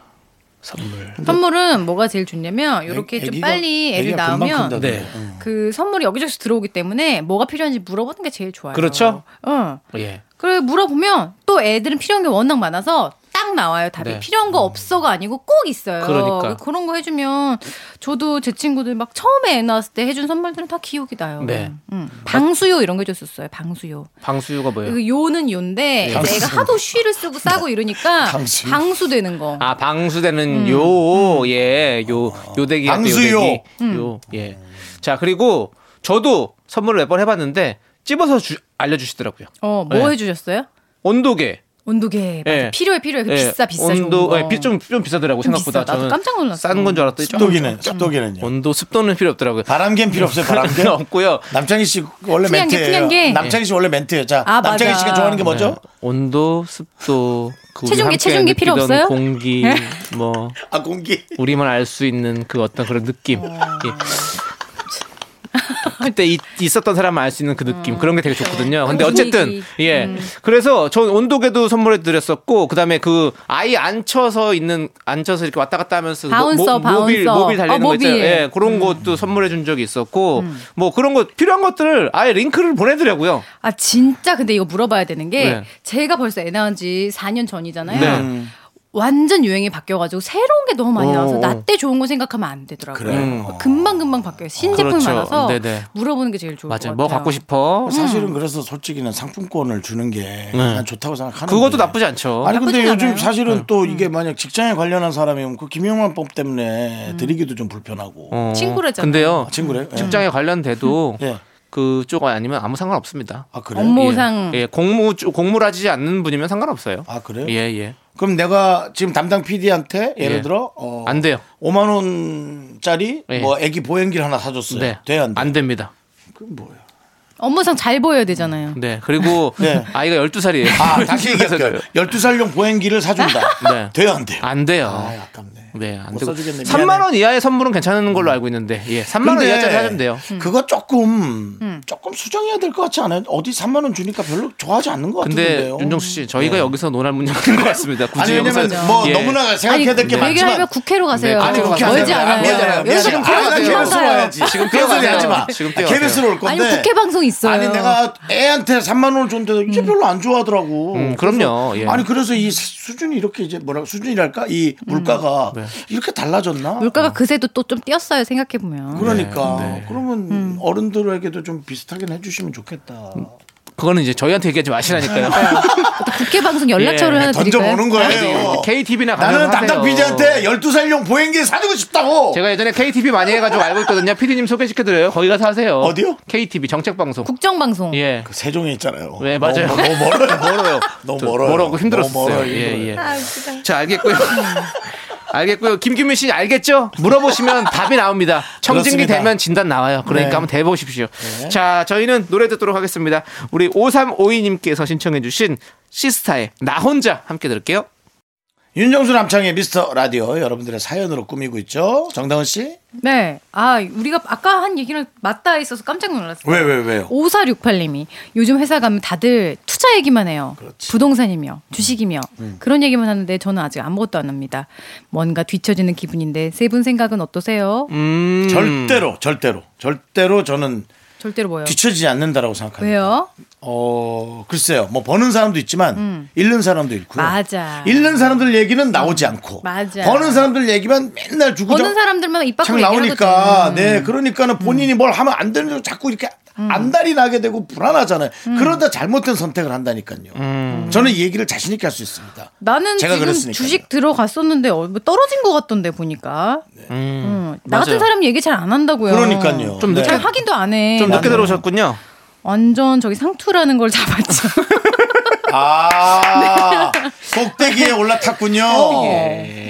Speaker 2: 선물.
Speaker 9: 선물은 뭐가 제일 좋냐면 이렇게
Speaker 1: 애-
Speaker 9: 좀
Speaker 1: 애기가-
Speaker 9: 빨리 애를
Speaker 1: 애기가 금방
Speaker 9: 낳으면
Speaker 1: 큰다던데.
Speaker 2: 네.
Speaker 1: 음.
Speaker 9: 그 선물이 여기저기서 들어오기 때문에 뭐가 필요한지 물어보는 게 제일 좋아요.
Speaker 2: 그렇죠?
Speaker 9: 응.
Speaker 2: 예.
Speaker 9: 그래 물어보면 또 애들은 필요한 게 워낙 많아서 딱 나와요 답이
Speaker 2: 네.
Speaker 9: 필요한 거 없어가 아니고 꼭 있어요
Speaker 2: 그러니까.
Speaker 9: 런거 해주면 저도 제 친구들 막 처음에 애 낳았을 때 해준 선물들은 다 기억이 나요
Speaker 2: 네.
Speaker 9: 음. 방수요 이런 거 해줬었어요 방수요
Speaker 2: 방수유가 뭐예요?
Speaker 9: 그 요는
Speaker 2: 네.
Speaker 9: 요인데
Speaker 1: 방수.
Speaker 9: 애가 하도 쉬를 쓰고 싸고
Speaker 2: [LAUGHS]
Speaker 9: 이러니까
Speaker 1: 방수.
Speaker 9: 방수. 되는거
Speaker 2: 아, 방수되는
Speaker 9: 음.
Speaker 2: 요, 예, 요, 요대기. 같아요,
Speaker 1: 방수요.
Speaker 2: 요대기.
Speaker 9: 음.
Speaker 2: 요, 예. 자, 그리고 저도 선물을 몇 번 해봤는데, 찝어서 주- 알려주시더라고요.
Speaker 9: 어 뭐
Speaker 2: 네.
Speaker 9: 해주셨어요
Speaker 2: 온도계.
Speaker 9: 온도계 맞아.
Speaker 2: 예.
Speaker 9: 필요해 필요해 그
Speaker 2: 예.
Speaker 9: 비싸 비싸 좋은
Speaker 2: 온도,
Speaker 9: 거.
Speaker 2: 예, 비- 좀, 좀 비싸더라고,
Speaker 9: 좀
Speaker 2: 생각보다.
Speaker 9: 비싸. 나도 깜짝 놀랐어.
Speaker 2: 싼 건 줄 알았더니, 좀
Speaker 1: 습도기는, 습도기는요.
Speaker 2: 온도, 습도는 필요 없더라고요.
Speaker 1: 바람개는 필요 없어요, 바람개.
Speaker 2: [LAUGHS] 없고요.
Speaker 1: 남창희 씨 원래
Speaker 9: 풍량계,
Speaker 1: 멘트예요.
Speaker 9: 풍량계.
Speaker 1: 남창희 씨 원래 멘트예요. 자,
Speaker 9: 아,
Speaker 1: 남창희
Speaker 9: 맞아.
Speaker 1: 씨가 좋아하는 게 뭐죠?
Speaker 2: 네. 온도, 습도, 그 우리
Speaker 9: 체중계,
Speaker 2: 함께
Speaker 9: 체중계 필요
Speaker 2: 느끼던
Speaker 9: 없어요? 네.
Speaker 2: 공기, 뭐
Speaker 1: 아, 공기.
Speaker 2: 우리만 알 수 있는 그 어떤 그런 느낌. 예. 그때 있, 있었던 사람만 알 수 있는 그 느낌 그런 게 되게
Speaker 9: 음.
Speaker 2: 좋거든요. 근데
Speaker 9: 분위기. 음.
Speaker 2: 어쨌든 예 그래서 전 온도계도 선물해 드렸었고 그다음에 그 아이 앉혀서 있는 앉혀서 이렇게 왔다 갔다 하면서
Speaker 9: 바운서,
Speaker 2: 모빌
Speaker 9: 바운서.
Speaker 2: 모빌 달리는
Speaker 9: 어,
Speaker 2: 거 있잖아요.
Speaker 9: 모빌. 음.
Speaker 2: 예 그런 것도 선물해 준 적이 있었고 뭐 그런 거 필요한 것들을 아예 링크를 보내드려고요.
Speaker 9: 아 진짜 근데 이거 물어봐야 되는 게
Speaker 2: 네.
Speaker 9: 제가 벌써 애 낳은 지 4년 전이잖아요.
Speaker 2: 네.
Speaker 9: 완전 유행이 바뀌어가지고 새로운 게 너무 많이 나와서
Speaker 2: 어.
Speaker 9: 나 때 좋은 거 생각하면 안 되더라고요. 금방 금방 바뀌어요. 신제품 이
Speaker 2: 그렇죠.
Speaker 9: 많아서
Speaker 2: 네네.
Speaker 9: 물어보는 게 제일 좋을 것
Speaker 2: 맞아요.
Speaker 9: 같아요.
Speaker 2: 뭐 갖고 싶어?
Speaker 9: 음.
Speaker 1: 사실은 그래서 솔직히는 상품권을 주는 게 난 좋다고 생각하는
Speaker 2: 네. 그것도 나쁘지 네. 않죠.
Speaker 1: 아니 근데
Speaker 9: 나쁘진
Speaker 1: 요즘
Speaker 9: 않아요. 음.
Speaker 1: 사실은 또 이게 만약 직장에 관련한 사람이면 그 김영만법
Speaker 9: 음.
Speaker 1: 때문에 드리기도 좀 불편하고
Speaker 2: 어,
Speaker 9: 친구라잖아요. 음.
Speaker 2: 근데요.
Speaker 1: 아, 친구래요? 예.
Speaker 2: 직장에 관련돼도
Speaker 1: 예.
Speaker 2: 그쪽 아니면 아무 상관 없습니다.
Speaker 1: 아 그래요?
Speaker 9: 업무상
Speaker 2: 예, 공무 쪽- 공무라지지 않는 분이면 상관없어요.
Speaker 1: 아 그래요?
Speaker 2: 예, 예.
Speaker 1: 그럼 내가 지금 담당 PD한테 예를
Speaker 2: 예.
Speaker 1: 들어 어,
Speaker 2: 안 돼요.
Speaker 1: 5만 원짜리
Speaker 2: 예.
Speaker 1: 뭐 애기 보행기를 하나 사줬어요.
Speaker 2: 네.
Speaker 1: 돼야 안 돼.
Speaker 2: 안 됩니다.
Speaker 9: 업무상 잘 보여야 되잖아요.
Speaker 2: 네. 그리고
Speaker 1: [LAUGHS] 네.
Speaker 2: 아이가 12살이에요. [LAUGHS]
Speaker 1: 아 다시 얘기할게요. 12살용 보행기를 사준다.
Speaker 2: 네.
Speaker 1: 돼야 안 돼요.
Speaker 2: 안 돼요.
Speaker 1: 아 아깝네.
Speaker 2: 네, 안
Speaker 1: 못
Speaker 2: 되고.
Speaker 1: 써주겠네. 음.
Speaker 2: 3만 원 이하의 선물은 괜찮은 걸로 알고 있는데. 예. 3만 원
Speaker 1: 근데
Speaker 2: 이하짜리 하면 돼요.
Speaker 9: 음.
Speaker 1: 그거 조금 조금 수정해야 될 것 같지 않아요? 어디 3만 원 주니까 별로 좋아하지 않는 것
Speaker 2: 근데
Speaker 1: 같은데요. 네.
Speaker 2: 윤정수 씨, 저희가 [LAUGHS] 여기서 논할 문제인 것 같습니다. 굳이
Speaker 1: 아니 왜냐면
Speaker 2: 여기서
Speaker 1: 뭐
Speaker 2: 예.
Speaker 1: 너무나 생각해야 될 게
Speaker 9: 아니, 얘기를 하면
Speaker 1: 많지만
Speaker 9: 국회로 가세요.
Speaker 2: 네, 아니, 국회 안
Speaker 9: 멀지
Speaker 2: 가요. 안
Speaker 9: 않아요. 네.
Speaker 2: 가잖아요.
Speaker 9: 여기서
Speaker 2: 지금
Speaker 9: 국회로
Speaker 2: 가요.
Speaker 9: 가세요.
Speaker 2: KBS 로
Speaker 1: 지금
Speaker 2: 뛰어가세요.
Speaker 1: 소리 하지 마.
Speaker 2: 지금 뛰어가세요.
Speaker 1: KBS로 올 건데.
Speaker 9: 아니 국회 방송 있어요.
Speaker 1: 아니, 내가 애한테 3만 원을 줬는데 이게 별로 안 좋아하더라고.
Speaker 2: 음, 그럼요.
Speaker 1: 그래서-
Speaker 2: 예.
Speaker 1: 아니 그래서 이 수준이 이렇게 이제 뭐라 수준이랄까 이
Speaker 2: 음.
Speaker 1: 물가가
Speaker 2: 네.
Speaker 1: 이렇게 달라졌나?
Speaker 9: 물가가 그새도 또 좀 뛰었어요. 생각해
Speaker 2: 음.
Speaker 9: 보면.
Speaker 1: 그러니까
Speaker 2: 네,
Speaker 1: 그러면 어른들에게도 좀 비슷하게 해주시면 좋겠다.
Speaker 2: 그거는 이제 저희한테 얘기하지
Speaker 1: [LAUGHS]
Speaker 2: 마시라니까요.
Speaker 9: 국회 방송 연락처를
Speaker 2: 예,
Speaker 9: 하나 드릴까요?
Speaker 1: 던져보는 거예요.
Speaker 2: KTV나 네. 가면
Speaker 1: 어. 나는 담당
Speaker 2: 하세요.
Speaker 1: PD한테 12살용 보행기 사주고 싶다고.
Speaker 2: 제가 예전에 KTV 많이 해가지고 알고 있거든요. 피디님 소개시켜드려요. 거기 가서 하세요.
Speaker 1: 어디요?
Speaker 2: KTV 정책방송.
Speaker 9: 국정 방송.
Speaker 2: 예.
Speaker 1: 그 세종에 있잖아요.
Speaker 2: 네, 맞아요.
Speaker 1: 너무, 너무 멀어요.
Speaker 2: 멀어요.
Speaker 1: 너무
Speaker 2: [LAUGHS] 저-
Speaker 1: 멀어요.
Speaker 2: 멀고 힘들었어요.
Speaker 1: 너무 멀어요,
Speaker 2: 예,
Speaker 1: 힘들어요.
Speaker 2: 예. 자, [LAUGHS] 알겠고요. 알겠고요. 김규민 씨 알겠죠? 물어보시면 답이 나옵니다. 청진기
Speaker 1: 그렇습니다.
Speaker 2: 되면 진단 나와요. 그러니까
Speaker 1: 네.
Speaker 2: 한번 대보십시오. 자, 저희는 노래 듣도록 하겠습니다. 우리 5352님께서 신청해주신 시스타의 나 혼자 함께 들을게요.
Speaker 1: 윤정수 남창의 미스터 라디오 여러분들의 사연으로 꾸미고 있죠. 정다은 씨?
Speaker 9: 네. 아, 우리가 아까 한 얘기랑 맞닿아 있어서 깜짝 놀랐어요.
Speaker 1: 왜, 왜, 왜요?
Speaker 9: 5468님이 요즘 회사 가면 다들 투자 얘기만 해요. 부동산이며 주식이며
Speaker 1: 음.
Speaker 9: 그런 얘기만 하는데 저는 아직 아무것도 안 합니다. 뭔가 뒤처지는 기분인데 세 분 생각은 어떠세요?
Speaker 1: 음.
Speaker 9: 음.
Speaker 1: 절대로, 절대로, 절대로 저는
Speaker 9: 절대로 뭐요?
Speaker 1: 뒤처지지 않는다라고 생각합니다.
Speaker 9: 왜요?
Speaker 1: 어, 글쎄요. 뭐 버는 사람도 있지만 잃는 사람도 있고요.
Speaker 9: 음. 맞아. 음.
Speaker 1: 잃는 사람들 얘기는 나오지 않고
Speaker 9: 맞아.
Speaker 1: 버는 사람들 얘기만 맨날
Speaker 9: 버는
Speaker 1: 주구장
Speaker 9: 사람들만 입
Speaker 1: 창
Speaker 9: 밖으로
Speaker 1: 나오니까
Speaker 9: 얘기하거든.
Speaker 1: 네
Speaker 9: 음.
Speaker 1: 그러니까는 본인이 뭘 하면 안 되는 줄 자꾸 이렇게 안달이 나게 되고 불안하잖아요.
Speaker 9: 음.
Speaker 1: 그러다 잘못된 선택을 한다니까요. 저는 이 얘기를 자신 있게 할 수
Speaker 9: [LAUGHS]
Speaker 1: 있습니다.
Speaker 9: 나는
Speaker 1: 제가
Speaker 9: 지금
Speaker 1: 그랬으니까요.
Speaker 9: 주식 들어갔었는데 어, 뭐 떨어진 것 같던데 보니까 음, 나 같은
Speaker 2: 맞아요.
Speaker 9: 사람 얘기 잘 안 한다고요.
Speaker 1: 네. 그러니까요.
Speaker 2: 좀
Speaker 1: 네.
Speaker 9: 잘 확인도 안 해.
Speaker 2: 좀
Speaker 9: 나는
Speaker 2: 늦게 들어오셨군요.
Speaker 9: 완전 저기 상투라는
Speaker 1: [LAUGHS]
Speaker 9: 걸 잡았죠.
Speaker 1: 아 꼭대기에 올라탔군요.
Speaker 9: 어. 네.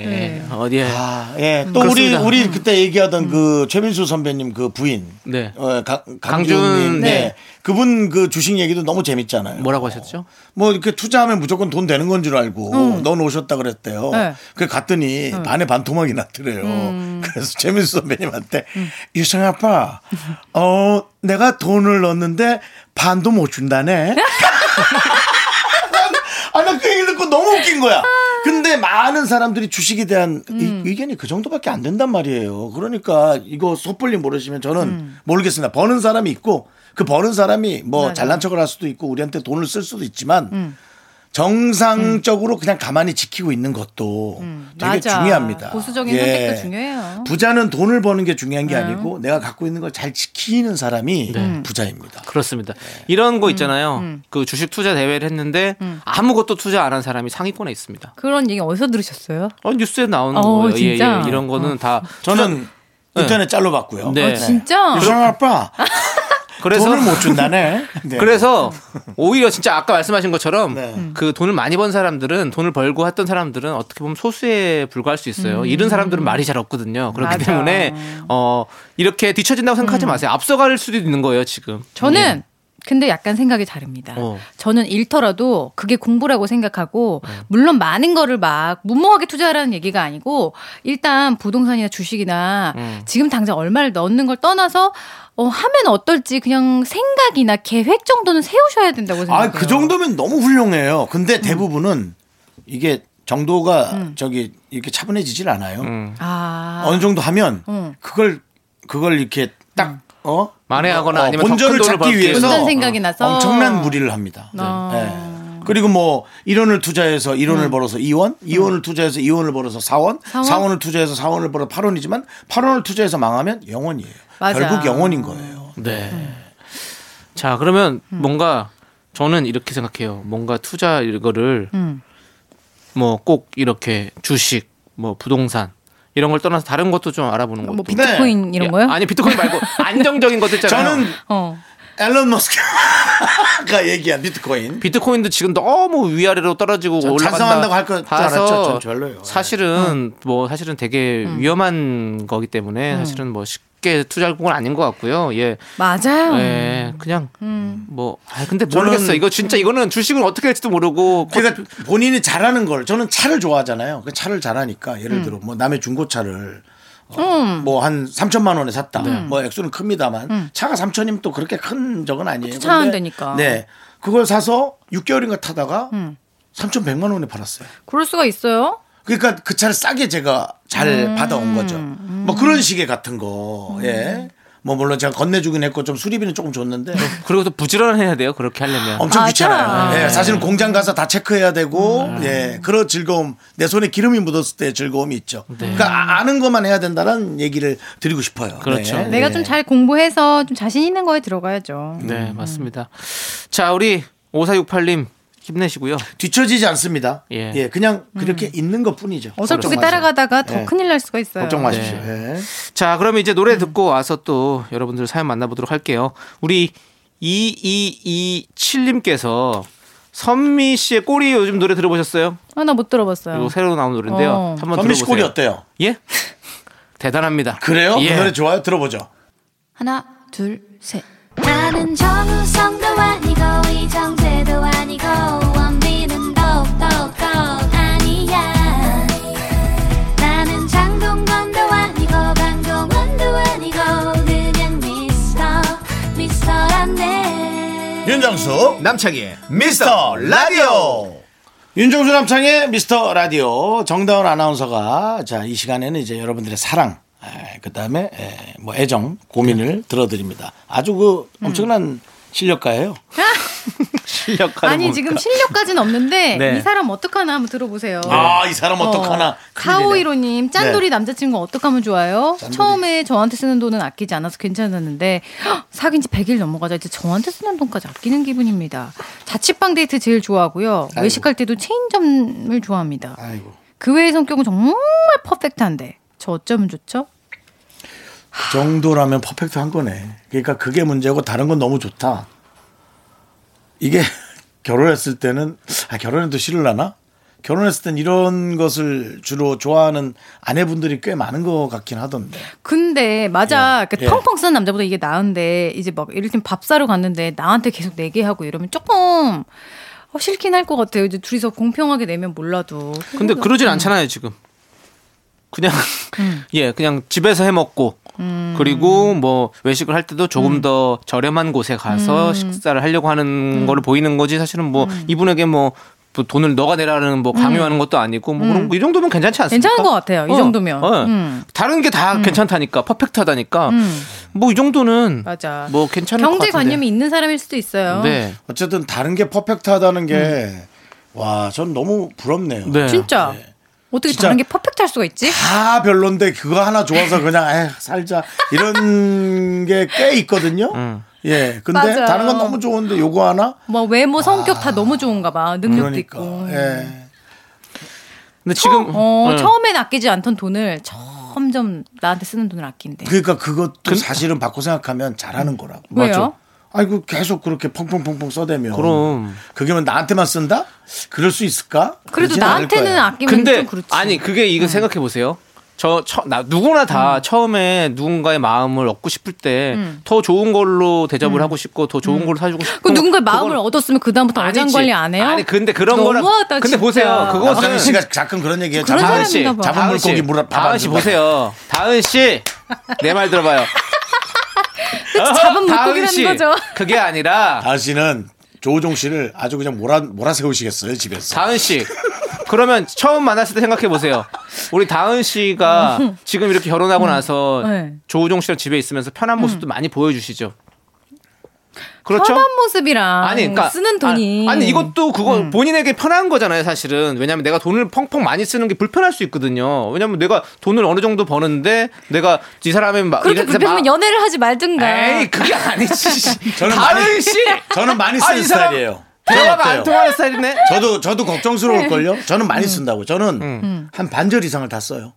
Speaker 2: 어디에?
Speaker 1: 예. 아, 예. 또
Speaker 2: 그렇습니다. 음.
Speaker 1: 우리 우리 그때 얘기하던 그 최민수 선배님 그 부인.
Speaker 2: 네.
Speaker 1: 어, 강,
Speaker 2: 강준,
Speaker 1: 강준 네.
Speaker 2: 네.
Speaker 1: 그분 그 주식 얘기도 너무 재밌잖아요.
Speaker 2: 뭐라고 하셨죠?
Speaker 1: 뭐 이렇게 투자하면 무조건 돈 되는 건 줄 알고
Speaker 2: 음.
Speaker 1: 넣어 놓으셨다 그랬대요.
Speaker 9: 네.
Speaker 1: 그 갔더니 반에 반토막이 났더래요.
Speaker 2: 음.
Speaker 1: 그래서 최민수 선배님한테 유성 아빠, 어 내가 돈을 넣었는데 반도 못
Speaker 2: [LAUGHS]
Speaker 1: 준다네. 아나그 얘기 듣고 너무 웃긴 거야. 근데 많은 사람들이 주식에 대한
Speaker 9: 음.
Speaker 1: 의- 의견이 그 정도밖에 안 된단 말이에요. 그러니까 이거 섣불리 모르시면 저는 모르겠습니다. 버는 사람이 있고 그 버는 사람이 뭐
Speaker 9: 음. 맞아요. 음.
Speaker 1: 잘난 척을 할 수도 있고 우리한테 돈을 쓸 수도 있지만 정상적으로 그냥 가만히 지키고 있는 것도 되게
Speaker 9: 음. 맞아.
Speaker 1: 중요합니다. 예.
Speaker 9: 보수적인 선택도 중요해요. 음.
Speaker 1: 부자는 돈을 버는 게 중요한 게 아니고 내가 갖고 있는 걸 잘 지키는
Speaker 9: 네.
Speaker 1: 사람이 부자입니다.
Speaker 2: 그렇습니다. 이런
Speaker 9: 음,
Speaker 2: 거 있잖아요. 그 주식 투자 대회를 했는데 아무것도 투자 안 한 사람이 상위권에 있습니다.
Speaker 9: 그런 얘기 어디서 들으셨어요?
Speaker 2: 어, 뉴스에 나오는
Speaker 9: 어,
Speaker 2: 거예요. 예,
Speaker 9: 진짜? 어.
Speaker 2: 예. 이런 거는 다
Speaker 1: 저는 네. 인터넷 짤로 봤고요.
Speaker 2: 네. 어,
Speaker 9: 아, 진짜?
Speaker 1: 유성 아빠.
Speaker 2: 그래서
Speaker 1: 돈을 못
Speaker 9: [LAUGHS]
Speaker 1: 준다네. 네.
Speaker 2: 그래서
Speaker 9: 음.
Speaker 2: 오히려 진짜 아까 말씀하신 것처럼
Speaker 1: 네.
Speaker 2: 그 돈을 많이 번 사람들은 돈을 벌고 했던 사람들은 어떻게 보면 소수에 불과할 수 있어요. 이런 사람들은 말이 잘 없거든요. 그렇기
Speaker 9: 음. 맞아. 음.
Speaker 2: 때문에 어 이렇게 뒤처진다고 생각하지 마세요. 앞서갈 수도 있는 거예요 지금.
Speaker 9: 저는 근데 약간 생각이 다릅니다.
Speaker 2: 어.
Speaker 9: 저는 잃더라도 그게 공부라고 생각하고
Speaker 1: 어.
Speaker 9: 물론 많은 거를 막 무모하게 투자하라는 얘기가 아니고 일단 부동산이나 주식이나
Speaker 1: 음.
Speaker 9: 지금 당장 얼마를 넣는 걸 떠나서 어, 하면 어떨지 그냥 생각이나 계획 정도는 세우셔야 된다고 생각해요.
Speaker 1: 아, 그 정도면 너무 훌륭해요. 근데 대부분은 이게 정도가
Speaker 9: 음.
Speaker 1: 저기 이렇게 차분해지질 않아요.
Speaker 2: 음.
Speaker 9: 아.
Speaker 1: 어느 정도 하면
Speaker 9: 음.
Speaker 1: 그걸 그걸 이렇게 딱 어?
Speaker 2: 만회하거나
Speaker 1: 어,
Speaker 2: 아니면 더
Speaker 1: 본전을
Speaker 2: 큰 돈을
Speaker 1: 찾기
Speaker 2: 벌기 위해서.
Speaker 1: 위해서
Speaker 9: 본전 생각이 나서.
Speaker 1: 엄청난 무리를 합니다.
Speaker 9: 아. 음.
Speaker 1: 네. 그리고 뭐 1원을 투자해서 1원을 벌어서 2원, 2원을 투자해서 2원을 벌어서 4원,
Speaker 9: 4원?
Speaker 1: 4원? 을 투자해서 4원을 벌어 8원이지만 8원을 투자해서 망하면 0원이에요.
Speaker 9: 맞아.
Speaker 1: 결국 0원인 거예요.
Speaker 2: 네. 자 그러면
Speaker 9: 음.
Speaker 2: 뭔가 저는 이렇게 생각해요. 뭔가 투자 이거를
Speaker 9: 음.
Speaker 2: 뭐 꼭 이렇게 주식, 뭐 부동산 이런 걸 떠나서 다른 것도 좀 알아보는 것도.
Speaker 9: 뭐 비트코인 이런 거요?
Speaker 2: 아니 비트코인 말고
Speaker 9: [LAUGHS]
Speaker 2: 안정적인 것도 있잖아요.
Speaker 1: 저는
Speaker 9: 어.
Speaker 1: 앨런 머스크가 [LAUGHS] 얘기한 비트코인.
Speaker 2: 비트코인도 지금 너무 위아래로 떨어지고
Speaker 1: 전
Speaker 2: 올라간다.
Speaker 1: 찬성한다고 할것줄
Speaker 2: 봐서
Speaker 1: 알았죠. 전 별로예요.
Speaker 9: 음.
Speaker 2: 사실은 뭐 사실은 되게 위험한 거기 때문에 사실은 뭐 쉽게 투자할 건 아닌 것 같고요. 예,
Speaker 9: 맞아요.
Speaker 1: 네.
Speaker 2: 예, 그냥
Speaker 9: 음.
Speaker 2: 뭐. 아 근데 모르겠어. 이거 진짜 이거는 주식은 어떻게 될지도 모르고.
Speaker 1: 그러니까 본인이 잘하는 걸 저는 차를 좋아하잖아요. 그 차를 잘하니까 예를 들어 뭐 남의 중고차를
Speaker 9: 음.
Speaker 1: 뭐 한 3천만 원에 샀다.
Speaker 9: 네.
Speaker 1: 뭐 액수는 큽니다만 차가 3천이면 또 그렇게 큰 적은 아니에요.
Speaker 9: 그쵸, 그렇죠. 차는
Speaker 1: 근데
Speaker 9: 되니까. 음.
Speaker 1: 네. 그걸 사서 6개월인가 타다가 3,100만 원에 팔았어요.
Speaker 9: 그럴 수가 있어요?
Speaker 1: 그러니까 그 차를 싸게 제가 잘
Speaker 9: 음.
Speaker 1: 받아온 거죠. 뭐 그런 식의 같은 거. 예. 뭐 물론 제가 건네주긴 했고 좀 수리비는 조금
Speaker 9: [LAUGHS]
Speaker 1: 줬는데
Speaker 2: 그리고 또 부지런해야 돼요. 그렇게 하려면.
Speaker 1: 엄청
Speaker 9: 맞아. 음.
Speaker 1: 귀찮아요. 예, 사실은 공장 가서 다 체크해야 되고, 예, 그런 즐거움, 내 손에 기름이 묻었을 때 즐거움이 있죠.
Speaker 9: 네.
Speaker 1: 그러니까 아- 아는 것만 해야 된다는 얘기를 드리고 싶어요.
Speaker 2: 그렇죠.
Speaker 1: 네.
Speaker 9: 내가 좀 잘 공부해서 좀 자신 있는 거에 들어가야죠.
Speaker 1: 음.
Speaker 2: 네, 맞습니다. 자, 우리 5468님 힘내시고요.
Speaker 1: 뒤처지지 않습니다.
Speaker 2: 예.
Speaker 1: 예, 그냥 그렇게 있는 것 뿐이죠.
Speaker 9: 음. 어설프게 네.
Speaker 1: 걱정 마세요.
Speaker 9: 따라가다가 더
Speaker 1: 예.
Speaker 9: 큰일 날 수가 있어요.
Speaker 1: 걱정 마십시오. 예.
Speaker 2: 자, 그럼 이제
Speaker 9: 음.
Speaker 2: 노래 듣고 와서 또 여러분들 사연 만나보도록 할게요. 우리 2227님께서 선미 씨의 꼬리 요즘 노래 들어보셨어요?
Speaker 9: 아, 나 못 들어봤어요.
Speaker 2: 이거 새로 나온 노래인데요.
Speaker 9: 어.
Speaker 2: 한번
Speaker 1: 선미 씨
Speaker 2: 들어보세요.
Speaker 1: 꼴이 어때요?
Speaker 2: 예? [LAUGHS] 대단합니다.
Speaker 1: 그래요?
Speaker 2: 예.
Speaker 1: 그 노래 좋아요? 들어보죠.
Speaker 9: 하나, 둘, 셋.
Speaker 3: 나는 정우성도 아니고 이정재도 아니고 원빈은 더욱더 아니야 나는 장동건도 아니고 강동원도 아니고 그냥 미스터 미스터란데
Speaker 1: 윤정수
Speaker 6: 남창희의
Speaker 1: 미스터 라디오. 윤종수 남창의 미스터 라디오 정다운 아나운서가 자 이 시간에는 이제 여러분들의 사랑 그 다음에 뭐 애정 고민을 들어드립니다. 아주 그 엄청난 실력가예요.
Speaker 2: 실력하는
Speaker 9: 아니 지금
Speaker 1: [LAUGHS]
Speaker 9: 실력까지는 없는데
Speaker 2: 네.
Speaker 9: 이 사람 어떡하나 한번 들어보세요.
Speaker 1: 아 이 사람 어떡하나. 큰일이네.
Speaker 9: 4515님, 짠돌이 남자친구 어떡하면 좋아요?
Speaker 1: 짠돌이.
Speaker 9: 처음에 저한테 쓰는 돈은 아끼지 않아서 괜찮았는데, 헉, 사귄 지 100일 넘어가자 이제 저한테 쓰는 돈까지 아끼는 기분입니다. 자취방 데이트 제일 좋아하고요. 외식할 때도 체인점을 좋아합니다.
Speaker 1: 아이고
Speaker 9: 그 외의 성격은 정말 퍼펙트한데, 저 어쩌면 좋죠?
Speaker 1: 그 정도라면 퍼펙트한 거네. 그러니까 그게 문제고 다른 건 너무 좋다. 이게 [LAUGHS] 결혼했을 때는 아 결혼해도 싫으려나? 결혼했을 땐 이런 것을 주로 좋아하는 아내분들이 꽤 많은 것 같긴 하던데.
Speaker 9: 근데 맞아
Speaker 1: 예.
Speaker 9: 그 펑펑 쓰는 남자보다 이게 나은데 이제 막 이를테면 밥 사러 갔는데 나한테 계속 내게 하고 이러면 조금 어, 싫긴 할 것 같아요 이제 둘이서 공평하게 내면 몰라도 음.
Speaker 2: 근데 그러진 않잖아요 지금.
Speaker 9: [LAUGHS]
Speaker 2: 그냥 [LAUGHS] 예, 그냥 집에서 해 먹고
Speaker 9: 음.
Speaker 2: 그리고 뭐 외식을 할 때도 조금 더 저렴한 곳에 가서
Speaker 9: 음.
Speaker 2: 식사를 하려고 하는 거를 보이는 거지 사실은 뭐 이분에게 뭐뭐 돈을 너가 내라는 뭐 강요하는 것도 아니고 뭐 그런 거 이 정도면 괜찮지 않습니까?
Speaker 9: 음. 괜찮은 것 같아요, 이
Speaker 2: 어,
Speaker 9: 정도면.
Speaker 2: 어.
Speaker 9: 음.
Speaker 2: 다른 게 다 괜찮다니까 퍼펙트하다니까
Speaker 9: 음.
Speaker 2: 뭐 이 정도는
Speaker 9: 맞아
Speaker 2: 뭐 괜찮은 것 같은데.
Speaker 9: 경제관념이 있는 사람일 수도 있어요
Speaker 2: 네.
Speaker 1: 어쨌든 다른 게 퍼펙트하다는 게 와, 전 너무 부럽네요.
Speaker 2: 네.
Speaker 9: 진짜 어떻게
Speaker 1: 진짜.
Speaker 9: 다른 게 퍼펙트할 수가 있지
Speaker 1: 다 별론데 그거 하나 좋아서 그냥 에 살자 이런 게 꽤 있거든요. 예, 근데
Speaker 9: 맞아요.
Speaker 1: 다른 건 너무 좋은데 요거 하나
Speaker 9: 뭐 외모 성격 다 너무 좋은가 봐 능력도
Speaker 1: 그러니까
Speaker 9: 있고
Speaker 1: 예.
Speaker 2: 근데 지금
Speaker 9: 어,
Speaker 2: 예.
Speaker 9: 처음엔 아끼지 않던 돈을 점점 나한테 쓰는 돈을 아낀대
Speaker 1: 그러니까 그것도 사실은 바꿔 생각하면 잘하는 거라고.
Speaker 9: 왜요? 맞죠.
Speaker 1: 아이고 계속 그렇게 펑펑펑펑 써대면
Speaker 2: 그럼.
Speaker 1: 그게 뭐 나한테만 쓴다? 그럴 수 있을까?
Speaker 9: 그래도
Speaker 1: 그러진 않을
Speaker 9: 나한테는
Speaker 1: 거예요.
Speaker 9: 아끼면
Speaker 2: 근데
Speaker 9: 좀 그렇지 네.
Speaker 2: 아니 그게 이거 생각해 보세요. 저, 처, 나, 누구나 다 처음에 누군가의 마음을 얻고 싶을 때 더 좋은 걸로 대접을 하고 싶고 더 좋은 걸로 사주고 싶고.
Speaker 9: 음. 그 누군가의 마음을
Speaker 2: 그건
Speaker 9: 얻었으면 그 다음부터
Speaker 2: 아니지.
Speaker 9: 안전 관리 안 해요?
Speaker 2: 아니 근데 그런 거랑
Speaker 9: 너무하다,
Speaker 2: 근데
Speaker 9: 진짜.
Speaker 2: 보세요.
Speaker 1: 남상희
Speaker 2: 그것은
Speaker 1: 씨가 가끔 그런 얘기해요.
Speaker 9: 그런
Speaker 1: 자꾸
Speaker 9: 사람인가
Speaker 2: 다은 씨,
Speaker 9: 봐.
Speaker 1: 잡은
Speaker 2: 다은
Speaker 1: 물고기
Speaker 2: 씨,
Speaker 1: 물에 밥
Speaker 2: 다은
Speaker 1: 안
Speaker 2: 씨
Speaker 1: 준다.
Speaker 2: 보세요. 다은 씨, 내 말
Speaker 9: [LAUGHS]
Speaker 2: 들어봐요.
Speaker 9: 잡은
Speaker 2: 다은
Speaker 9: 물고기라는
Speaker 2: 씨,
Speaker 9: 거죠.
Speaker 2: 그게 아니라
Speaker 1: 다은 씨는 조우종 씨를 아주 그냥 몰아 몰아 세우시겠어요 집에서.
Speaker 2: 다은 씨. 그러면 처음 만났을 때 생각해 보세요. 우리 다은 씨가 지금 이렇게 결혼하고 나서
Speaker 9: 네. 음.
Speaker 2: 조우종 씨랑 집에 있으면서 편한 모습도 많이 보여주시죠. 그렇죠?
Speaker 9: 편한 모습이랑
Speaker 2: 아니, 그러니까
Speaker 9: 쓰는 돈이 음.
Speaker 2: 아, 니 이것도 그거 본인에게 편한 거잖아요, 사실은. 왜냐면 내가 돈을 펑펑 많이 쓰는 게 불편할 수 있거든요. 왜냐면 내가 돈을 어느 정도 버는데 내가 이 사람의 마-
Speaker 9: 그렇게
Speaker 2: 이런 사-
Speaker 9: 불편하면
Speaker 2: 마-
Speaker 9: 연애를 하지 말든가.
Speaker 2: 에이, 그게
Speaker 9: [LAUGHS]
Speaker 2: 아니지.
Speaker 1: 저는
Speaker 2: 다은
Speaker 1: 많이-
Speaker 2: 씨.
Speaker 1: 저는 많이
Speaker 2: 아,
Speaker 1: 쓰는
Speaker 2: 이 사람
Speaker 1: 스타일이에요. 저는
Speaker 2: 대화가 안 음.
Speaker 1: 어때요?
Speaker 2: 통하는 스타일이네.
Speaker 1: 저도 저도 걱정스러울 걸요. 저는 많이 쓴다고. 저는
Speaker 9: 음.
Speaker 1: 한 반절 이상을 다 써요.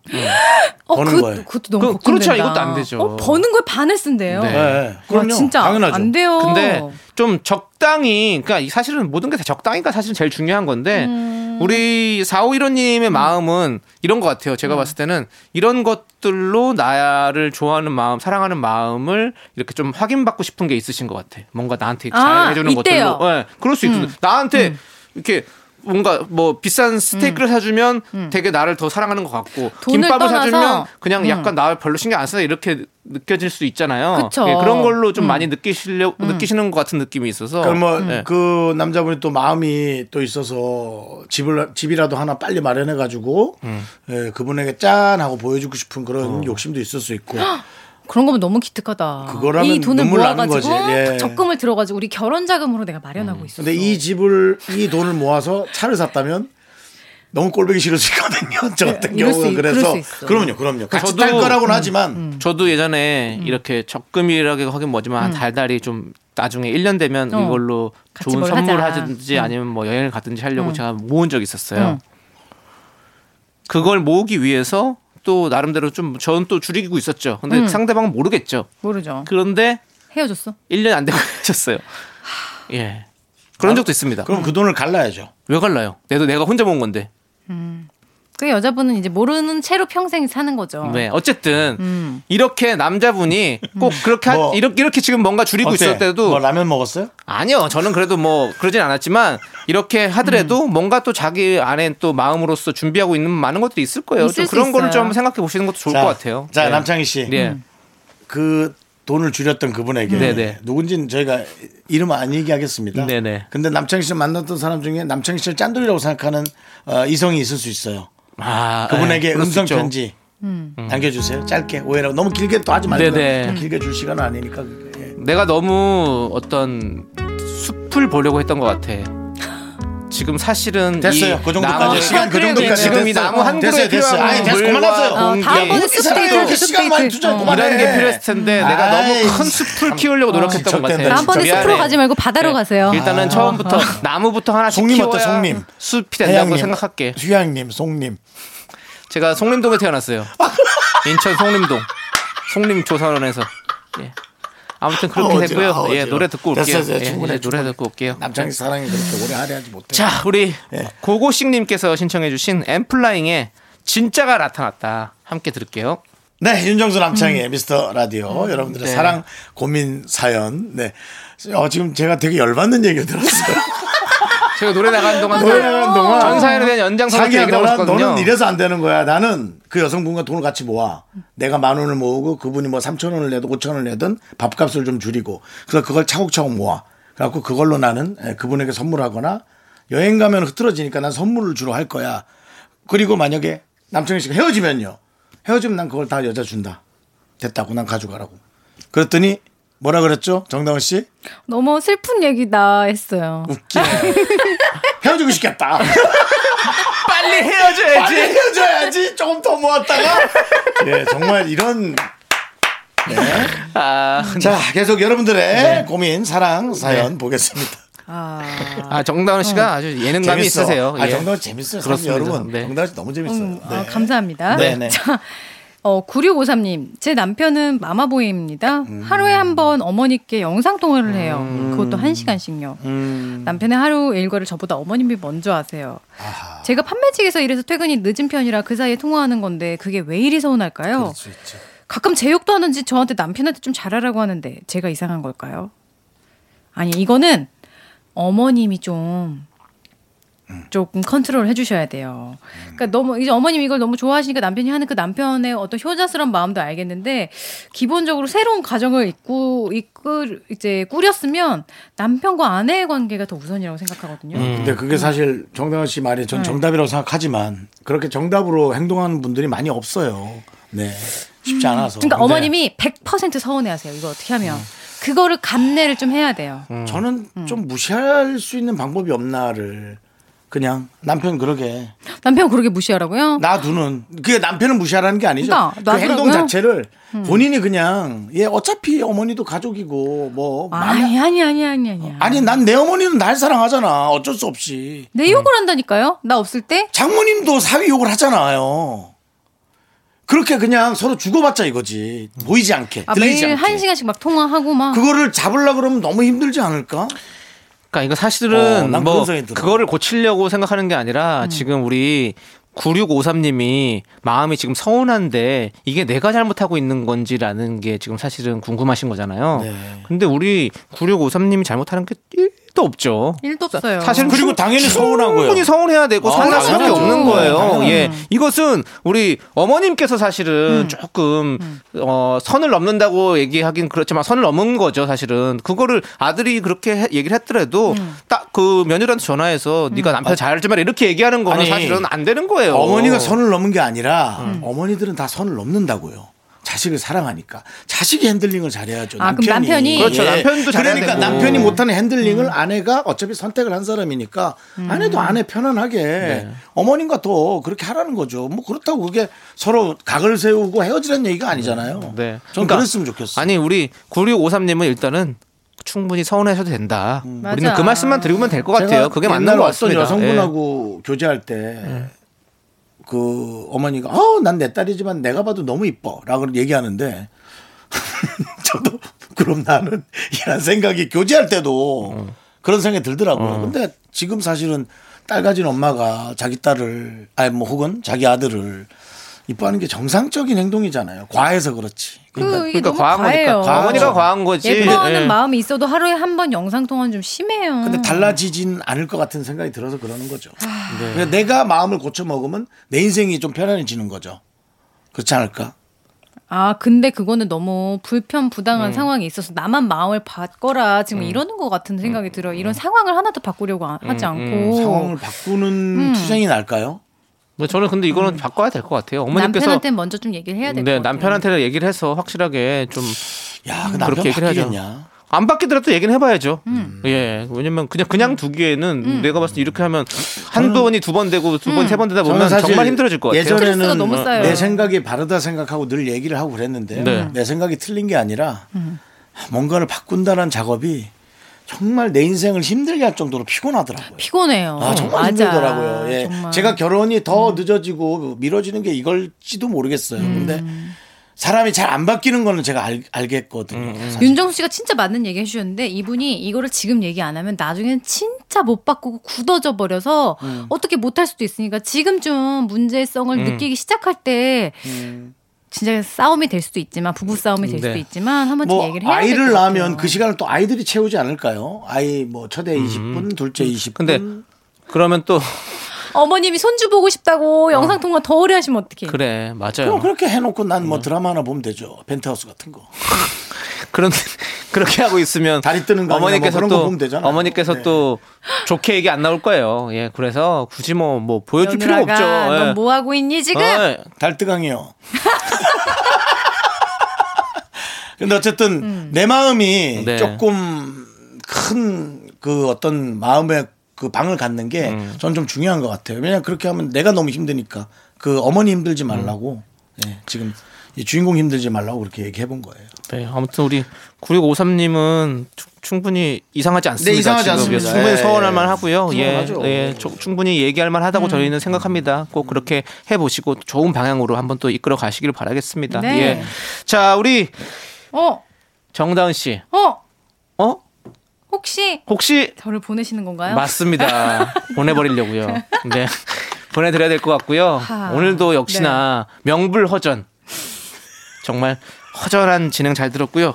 Speaker 9: 어,
Speaker 1: 버는
Speaker 9: 그,
Speaker 1: 거예요.
Speaker 9: 그것도 너무
Speaker 2: 그- 그렇죠.
Speaker 9: 걱정된다.
Speaker 2: 이것도 안 되죠.
Speaker 9: 어, 버는 걸 반을 쓴대요.
Speaker 2: 네.
Speaker 9: 와,
Speaker 1: 예, 그럼요.
Speaker 9: 진짜
Speaker 1: 당연하죠.
Speaker 9: 안 돼요.
Speaker 2: 근데 좀 적당히 그러니까 이 사실은 모든 게 다 적당히가 사실 제일 중요한 건데
Speaker 9: 음.
Speaker 2: 우리 4515님의 마음은 이런 것 같아요.
Speaker 9: 네.
Speaker 2: 제가 봤을 때는 이런 것들로 나를 좋아하는 마음, 사랑하는 마음을 이렇게 좀 확인받고 싶은 게 있으신 것 같아. 뭔가 나한테
Speaker 9: 아,
Speaker 2: 잘해주는
Speaker 9: 있대요. 음.
Speaker 2: 것들로. 예, 그럴 수 있거든. 나한테 이렇게 뭔가 뭐 비싼 스테이크를 사주면 되게 나를 더 사랑하는 것 같고
Speaker 9: 음. 돈을
Speaker 2: 김밥을
Speaker 9: 떠나서 음.
Speaker 2: 사주면 그냥 약간 나 별로 신경 안 쓰다 이렇게 느껴질 수 있잖아요.
Speaker 9: 그쵸.
Speaker 2: 예, 그런 걸로 좀
Speaker 9: 음.
Speaker 2: 많이 느끼시려 느끼시는 것 같은 느낌이 있어서.
Speaker 1: 그럼 그러니까 뭐그
Speaker 2: 예.
Speaker 1: 남자분이 또 마음이 또 있어서 집을 집이라도 하나 빨리 마련해 가지고
Speaker 2: 음.
Speaker 1: 예, 그분에게 짠 하고 보여주고 싶은
Speaker 2: 어.
Speaker 1: 그런 욕심도 있을 수 있고
Speaker 9: 그런 거면 너무 기특하다.
Speaker 1: 그거라면
Speaker 9: 이 돈을
Speaker 1: 눈물 나는
Speaker 9: 모아가지고
Speaker 1: 거지. 예. 음.
Speaker 9: 적금을 들어가지고 우리 결혼 자금으로 내가 마련하고 있어.
Speaker 1: 근데 이 집을 이 돈을 모아서 차를 샀다면 너무 꼴보기 싫을 수 있거든요. [LAUGHS]
Speaker 2: 네,
Speaker 1: 저 같은
Speaker 9: 이럴 수
Speaker 1: 경우는
Speaker 9: 있- 그럴
Speaker 1: 그래서
Speaker 9: 수 있어.
Speaker 1: 그럼요, 그럼요. 같이
Speaker 2: 저도- 음.
Speaker 1: 탈 거라고는 하지만
Speaker 9: 음.
Speaker 2: 저도 예전에 이렇게 적금이라고 하긴 뭐지만 달달이 좀 나중에 1년 되면
Speaker 9: 어.
Speaker 2: 이걸로
Speaker 9: 같이
Speaker 2: 좋은
Speaker 9: 뭘
Speaker 2: 선물
Speaker 9: 하자. 음.
Speaker 2: 하든지 아니면 뭐 여행을 가든지 하려고 제가 모은 적이 있었어요. 그걸 모으기 위해서 또 나름대로 좀 저는 또 줄이고 있었죠. 근데
Speaker 9: 음.
Speaker 2: 상대방은 모르겠죠.
Speaker 9: 모르죠.
Speaker 2: 그런데 [LAUGHS]
Speaker 9: 헤어졌어.
Speaker 2: 1년 안 되고 하셨어요. 예. 그런 적도 있습니다.
Speaker 1: 그럼 그 돈을 갈라야죠.
Speaker 2: 왜 갈라요? 내도 내가 혼자 모은 건데.
Speaker 9: 그 여자분은 이제 모르는 채로 평생 사는 거죠.
Speaker 2: 네. 어쨌든
Speaker 9: 음.
Speaker 2: 이렇게 남자분이 꼭 그렇게 하-
Speaker 1: 뭐.
Speaker 2: 이렇게 이렇게 지금 뭔가 줄이고
Speaker 1: 어때?
Speaker 2: 있을 때도
Speaker 1: 뭐 라면 먹었어요?
Speaker 2: 아니요. 저는 그래도 뭐 그러진 않았지만 이렇게
Speaker 9: 음.
Speaker 2: 하더라도 뭔가 또 자기 안에 또 마음으로서 준비하고 있는 많은 것들이 있을 거예요.
Speaker 9: 있을
Speaker 2: 좀
Speaker 9: 수
Speaker 2: 그런 거를
Speaker 9: 있어요. 음.
Speaker 2: 좀 생각해 보시는 것도 좋을
Speaker 1: 자,
Speaker 2: 것 같아요.
Speaker 1: 자
Speaker 2: 네.
Speaker 1: 남창희 씨,
Speaker 2: 네.
Speaker 1: 그 돈을 줄였던 그분에게
Speaker 2: 네, 네.
Speaker 1: 누군지는 저희가 이름 안 얘기하겠습니다.
Speaker 2: 네, 네.
Speaker 1: 근데 남창희 씨를 만났던 사람 중에 남창희 씨를 짠돌이라고 생각하는 어, 이성이 있을 수 있어요.
Speaker 2: 아,
Speaker 1: 그분에게
Speaker 2: 네, 그럴 수
Speaker 1: 음성
Speaker 2: 있죠. 음.
Speaker 1: 편지 남겨주세요. 짧게 오해라고 너무 길게 또 하지 말고
Speaker 2: 네네.
Speaker 1: 더 길게 줄 시간은 아니니까. 예.
Speaker 2: 내가 너무 어떤 숲을 보려고 했던 것 같아. 지금 사실은
Speaker 1: 됐어요.
Speaker 2: 이
Speaker 1: 그 정도까지
Speaker 2: 나무의
Speaker 1: 시간 그
Speaker 9: 그래요,
Speaker 1: 정도까지
Speaker 9: 그래요.
Speaker 2: 지금 이
Speaker 1: 됐어요.
Speaker 2: 나무 한
Speaker 1: 됐어요,
Speaker 2: 그루에
Speaker 1: 됐어요.
Speaker 2: 필요한
Speaker 1: 아니 됐어
Speaker 2: 물과
Speaker 1: 그만하세요.
Speaker 9: 어, 다음번에
Speaker 1: 이렇게
Speaker 9: 숲도
Speaker 1: 사람이
Speaker 9: 있고,
Speaker 1: 이렇게
Speaker 9: 숲도
Speaker 1: 시간 많이
Speaker 9: 있고.
Speaker 1: 투자
Speaker 9: 어.
Speaker 1: 그만해.
Speaker 2: 이런 게 필요했을 텐데 내가
Speaker 1: 네. 아이,
Speaker 2: 너무 큰 숲을 키우려고 노력했던 것
Speaker 1: 적된다,
Speaker 2: 같아.
Speaker 1: 진짜.
Speaker 9: 다음번에
Speaker 1: 미안해.
Speaker 9: 숲으로 가지 말고
Speaker 1: 네.
Speaker 9: 바다로 가세요.
Speaker 1: 그
Speaker 2: 네. 일단은 처음부터 나무부터
Speaker 1: 아.
Speaker 2: 하나씩
Speaker 1: 송님
Speaker 2: 키워야
Speaker 1: 어때, 송님?
Speaker 2: 숲이 된다고
Speaker 1: 해양님,
Speaker 2: 생각할게.
Speaker 1: 휴양님, 송님.
Speaker 2: 제가 송림동에 태어났어요. 인천 송림동. 송림조선원에서. 예. 아무튼 그렇게
Speaker 1: 어, 어지러워,
Speaker 2: 됐고요.
Speaker 1: 어지러워.
Speaker 2: 예, 노래 듣고 올게요.
Speaker 1: 됐어요, 됐어요.
Speaker 2: 예,
Speaker 1: 충분해,
Speaker 2: 예, 노래
Speaker 1: 충분해.
Speaker 2: 듣고 올게요.
Speaker 1: 남창희 사랑이 그렇게 오래 하려하지 못해.
Speaker 2: 자, 우리
Speaker 1: 예.
Speaker 2: 고고식님께서 신청해주신 엠플라잉의 진짜가 나타났다. 함께 들을게요.
Speaker 1: 네, 윤정수 남창희의 미스터 라디오 여러분들의
Speaker 2: 네.
Speaker 1: 사랑 고민 사연. 네, 어, 지금 제가 되게 열받는 얘기를 들었어요.
Speaker 2: 제가 노래 나가는 동안
Speaker 1: 노래 나가는 동안
Speaker 2: 전 사연에 대한 연장선을
Speaker 1: 자기야
Speaker 2: 얘기를 하고
Speaker 1: 너는,
Speaker 2: 싶거든요.
Speaker 1: 너는 이래서 안 되는 거야. 나는 그 여성분과 돈을 같이 모아. 내가 만 원을 모으고 그분이 뭐 3천 원을 내든 5천 원을 내든 밥값을 좀 줄이고 그래서 그걸 차곡차곡 모아. 그래갖고 그걸로 나는 에, 그분에게 선물하거나 여행 가면 흐트러지니까 난 선물을 주로 할 거야. 그리고 만약에 남청희 씨가 헤어지면요. 헤어지면 난 그걸 다 여자 준다. 됐다고 난 가져가라고. 그랬더니 뭐라 그랬죠? 정다은 씨?
Speaker 9: 너무 슬픈 얘기다 했어요.
Speaker 1: 웃기네. 헤어지고 싶겠다.
Speaker 2: 빨리
Speaker 1: 빨리
Speaker 2: 헤어져야지.
Speaker 1: 헤어져야지 조금 더 모았다가 [LAUGHS] 예 정말 이런 네.
Speaker 2: 아, 네.
Speaker 1: 자 계속 여러분들의 고민 사랑 사연
Speaker 2: [LAUGHS]
Speaker 1: 보겠습니다
Speaker 9: 아,
Speaker 2: 아 정다은 씨가 아주 예능감이
Speaker 1: 재밌어.
Speaker 2: 있으세요.
Speaker 1: 아
Speaker 2: 예.
Speaker 1: 정다은 재밌어요 사람
Speaker 2: 그렇습니다.
Speaker 1: 여러분
Speaker 2: 네.
Speaker 1: 정다은 씨 너무 재밌어요
Speaker 9: 음,
Speaker 1: 네.
Speaker 9: 아, 감사합니다.
Speaker 1: 네네.
Speaker 9: 자, 어, 9653님, 제 남편은 마마보이입니다.
Speaker 1: 음.
Speaker 9: 하루에 한 번 어머니께 영상통화를 해요. 그것도 한 시간씩요.
Speaker 1: 음.
Speaker 9: 남편의 하루 일과를 저보다 어머님이 먼저 하세요.
Speaker 1: 아,
Speaker 9: 제가 판매직에서 일해서 퇴근이 늦은 편이라 그 사이에 통화하는 건데 그게 왜 이리 서운할까요? 가끔 제 욕도 하는지 저한테 남편한테 좀 잘하라고 하는데 제가 이상한 걸까요? 아니 이거는 어머님이 좀 조금 컨트롤 해주셔야 돼요. 그러니까 너무 이제 어머님이 이걸 너무 좋아하시니까 남편이 하는 그 남편의 어떤 효자스러운 마음도 알겠는데 기본적으로 새로운 가정을 이꾸 이끌 이제 꾸렸으면 남편과 아내의 관계가 더 우선이라고 생각하거든요.
Speaker 2: 음.
Speaker 1: 근데 그게 사실 정다은 씨 말이
Speaker 2: 네.
Speaker 1: 전 정답이라고 생각하지만 그렇게 정답으로 행동하는 분들이 많이 없어요 네
Speaker 2: 음.
Speaker 1: 쉽지 않아서 근데
Speaker 9: 그러니까 어머님이 100% 서운해하세요. 이거 어떻게 하면 그거를 감내를 좀 해야 돼요.
Speaker 1: 음.
Speaker 2: 음.
Speaker 1: 저는 좀 무시할 수 있는 방법이 없나를 그냥 남편 그러게
Speaker 9: 남편 그렇게 무시하라고요?
Speaker 1: 놔두는 그게 남편을 무시하라는 게 아니죠.
Speaker 9: 그러니까,
Speaker 1: 그 행동
Speaker 9: 놔두라고요?
Speaker 1: 자체를
Speaker 9: 음.
Speaker 1: 본인이 그냥 예 어차피 어머니도 가족이고 뭐 마음이-
Speaker 9: 아니 아니 아니 아니 아니야.
Speaker 1: 아니 난 내 어머니는 날 사랑하잖아 어쩔 수 없이
Speaker 9: 내 욕을 한다니까요. 나 없을 때.
Speaker 1: 장모님도 사위 욕을 하잖아요. 그렇게 그냥 서로 주고받자 이거지 보이지 않게
Speaker 9: 아,
Speaker 1: 들리지
Speaker 9: 매일
Speaker 1: 않게
Speaker 9: 한 시간씩 막 통화하고 막.
Speaker 1: 그거를 잡으려 그러면 너무 힘들지 않을까?
Speaker 2: 그러니까 이거
Speaker 1: 어,
Speaker 2: 사실은
Speaker 1: 난
Speaker 2: 뭐
Speaker 1: 그런 생각이 들어.
Speaker 2: 그거를 고치려고 생각하는 게 아니라 지금 우리 9653님이 마음이 지금 서운한데 이게 내가 잘못하고 있는 건지라는 게 지금 사실은 궁금하신 거잖아요.
Speaker 1: 네.
Speaker 2: 근데 우리 9653님이 잘못하는 게 1도 없죠.
Speaker 9: 일도 없어요.
Speaker 2: 사실은
Speaker 1: 그리고
Speaker 2: 충-
Speaker 1: 당연히 서운하고요.
Speaker 2: 충분히 서운해야 되고
Speaker 1: 아,
Speaker 2: 서운할 수밖에
Speaker 1: 당연하죠.
Speaker 2: 없는 거예요.
Speaker 1: 당연하죠.
Speaker 2: 예, 이것은 우리 어머님께서 사실은
Speaker 9: 음.
Speaker 2: 조금 어, 선을 넘는다고 얘기하긴 그렇지만 선을 넘은 거죠, 사실은. 그거를 아들이 그렇게 해- 얘기를 했더라도
Speaker 9: 음.
Speaker 2: 딱 그 며느리한테 전화해서 네가 남편 잘하지 말라 이렇게 얘기하는 거는
Speaker 1: 아니,
Speaker 2: 사실은 안 되는 거예요.
Speaker 1: 어머니가 선을 넘은 게 아니라 어머니들은 다 선을 넘는다고요. 자식을 사랑하니까 자식이 핸들링을 잘해야죠.
Speaker 9: 아,
Speaker 1: 남편이. 예.
Speaker 9: 그럼 남편이-
Speaker 2: 그렇죠. 남편도 잘해야
Speaker 1: 그러니까
Speaker 2: 되고.
Speaker 1: 남편이 못하는 핸들링을 아내가 어차피 선택을 한 사람이니까 아내도 아내 편안하게 어머님과 더 그렇게 하라는 거죠. 뭐 그렇다고 그게 서로 각을 세우고 헤어지라는 얘기가 아니잖아요.
Speaker 2: 네.
Speaker 1: 저는
Speaker 2: 그러니까
Speaker 1: 그랬으면 좋겠어요.
Speaker 2: 아니 우리 9653님은 일단은 충분히 서운하셔도 된다. 우리는
Speaker 9: 음. 맞아.
Speaker 2: 그 말씀만 드리면 될 것
Speaker 1: 제가
Speaker 2: 같아요. 그게 맞는
Speaker 1: 옛날에
Speaker 2: 것
Speaker 1: 어떤
Speaker 2: 같습니다. 예.
Speaker 1: 여성분하고 교제할 때. 그 어머니가 어난 내 딸이지만 내가 봐도 너무 이뻐라고 얘기하는데 [LAUGHS] 저도 그럼 나는 이런 생각이 교제할 때도 그런 생각이 들더라고요.
Speaker 2: 어.
Speaker 1: 근데 지금 사실은 딸 가진 엄마가 자기 딸을 아니 뭐 혹은 자기 아들을 이뻐하는 게 정상적인 행동이잖아요. 과해서 그렇지.
Speaker 9: 그 이게
Speaker 2: 그러니까
Speaker 9: 너무
Speaker 2: 과한
Speaker 9: 과해요.
Speaker 2: 거니까 과하니까
Speaker 1: 그렇죠.
Speaker 2: 과한 거지.
Speaker 9: 예뻐하는
Speaker 2: 예.
Speaker 9: 마음이 있어도 하루에 한 번 영상 통화는 좀 심해요.
Speaker 1: 근데 달라지진 않을 것 같은 생각이 들어서 그러는 거죠.
Speaker 9: 아.
Speaker 1: 그러니까 내가 마음을 고쳐 먹으면 내 인생이 좀 편안해지는 거죠. 그렇지 않을까?
Speaker 9: 아 근데 그거는 너무 불편 부당한 상황이 있어서 나만 마음을 바꿔라 지금 이러는 것 같은 생각이 들어. 요 이런 상황을 하나도 바꾸려고 아- 하지 않고
Speaker 1: 상황을 바꾸는
Speaker 9: 음.
Speaker 1: 투쟁이 날까요?
Speaker 2: 뭐 저는 근데 이거는 바꿔야 될 것 같아요. 어머님께서
Speaker 9: 남편한테 먼저 좀 얘기를 해야 될것
Speaker 2: 네,
Speaker 9: 같아요.
Speaker 2: 남편한테 얘기를 해서 확실하게 좀
Speaker 1: 야, 그 남편
Speaker 2: 그렇게 얘기를 하죠.
Speaker 1: 바뀌겠냐?
Speaker 2: 안 바뀌더라도 얘기는 해봐야죠.
Speaker 9: 음.
Speaker 2: 예, 왜냐면 그냥 그냥 두기에는 내가 봤을 때 이렇게 하면 한 번이 두 번 되고 두 번
Speaker 9: 음.
Speaker 2: 세 번 되다 보면
Speaker 1: 저는 사실
Speaker 2: 정말 힘들어질 것 같아요.
Speaker 9: 스트레스가
Speaker 1: 예전에는
Speaker 9: 너무 쌓여요.
Speaker 1: 내 생각이 바르다 생각하고 늘 얘기를 하고 그랬는데
Speaker 2: 네.
Speaker 1: 내 생각이 틀린 게 아니라
Speaker 9: 음.
Speaker 1: 뭔가를 바꾼다는 작업이 정말 내 인생을 힘들게 할 정도로 피곤하더라고요.
Speaker 9: 피곤해요.
Speaker 1: 아, 정말
Speaker 9: 어, 맞아.
Speaker 1: 힘들더라고요. 예.
Speaker 9: 정말. 음.
Speaker 1: 제가 결혼이 더 늦어지고 미뤄지는 게 이걸지도 모르겠어요. 근데 사람이 잘 안 바뀌는 거는 제가 알,
Speaker 2: 음,
Speaker 1: 알겠거든요. 사실.
Speaker 9: 윤정수 씨가 진짜 맞는 얘기 해주셨는데 이분이 이거를 지금 얘기 안 하면 나중에는 진짜 못 바꾸고 굳어져 버려서 어떻게 못 할 수도 있으니까 지금 좀 문제성을 느끼기 시작할 때 진짜 싸움이 될 수도 있지만 부부 싸움이 될
Speaker 2: 네.
Speaker 9: 수도 있지만 한 번쯤
Speaker 1: 뭐
Speaker 9: 얘기를 해야 될것
Speaker 1: 아이를
Speaker 9: 같아요.
Speaker 1: 낳으면 그 시간을 또 아이들이 채우지 않을까요? 아이 뭐 첫애 20분, 둘째 20분.
Speaker 2: 음. 근데 그러면 또
Speaker 9: 어머님이 손주 보고 싶다고 영상 통화 더 오래 하시면 어떡해?
Speaker 2: 그래 네, 맞아요.
Speaker 1: 그럼 그렇게 해놓고 난
Speaker 2: 음.
Speaker 1: 뭐 드라마 하나 보면 되죠. 펜트하우스 같은 거.
Speaker 2: 그런 그렇게 [LAUGHS] 하고 있으면
Speaker 1: 다리 뜨는 거 아니냐,
Speaker 2: 어머니께서
Speaker 1: 뭐 그런 거
Speaker 2: 또
Speaker 1: 보면 되잖아요.
Speaker 2: 어머니께서
Speaker 1: 네.
Speaker 2: 또 좋게 얘기 안 나올 거예요. 예, 그래서 굳이 뭐 뭐 보여줄 필요 없죠.
Speaker 9: 며느라가
Speaker 2: 예.
Speaker 9: 넌뭐 하고 있니 지금?
Speaker 2: 어,
Speaker 1: 달뜨강이요. [LAUGHS] 근데 어쨌든 내 마음이
Speaker 2: 네.
Speaker 1: 조금 큰 그 어떤 마음의 그 방을 갖는 게 저는 좀 중요한 것 같아요. 왜냐면 그렇게 하면 내가 너무 힘드니까 그 어머니 힘들지 말라고 예, 지금 이 주인공 힘들지 말라고 그렇게 얘기해 본 [LAUGHS] 거예요.
Speaker 2: 네, 아무튼 우리 9653님은 충분히 이상하지 않습니다.
Speaker 1: 네, 이상하지
Speaker 2: 지금.
Speaker 1: 않습니다.
Speaker 2: 예, 충분히
Speaker 1: 예,
Speaker 2: 서운할
Speaker 1: 예.
Speaker 2: 만하고요. 예,
Speaker 1: 서운하죠.
Speaker 2: 예, 조- 충분히 얘기할
Speaker 9: 음.
Speaker 2: 만하다고 저희는 생각합니다. 꼭 그렇게 해보시고 좋은 방향으로 한번 또 이끌어 가시길 바라겠습니다.
Speaker 9: 네.
Speaker 2: 예, 자 우리
Speaker 9: 어,
Speaker 2: 정다은 씨,
Speaker 9: 어,
Speaker 2: 어
Speaker 9: 혹시
Speaker 2: 혹시
Speaker 9: 저를 보내시는 건가요? [LAUGHS]
Speaker 2: 맞습니다. 보내버리려고요. 네. 보내드려야 될 것 같고요.
Speaker 9: 하, 네.
Speaker 2: 오늘도 역시나 명불허전. 정말 허전한 진행 잘 들었고요.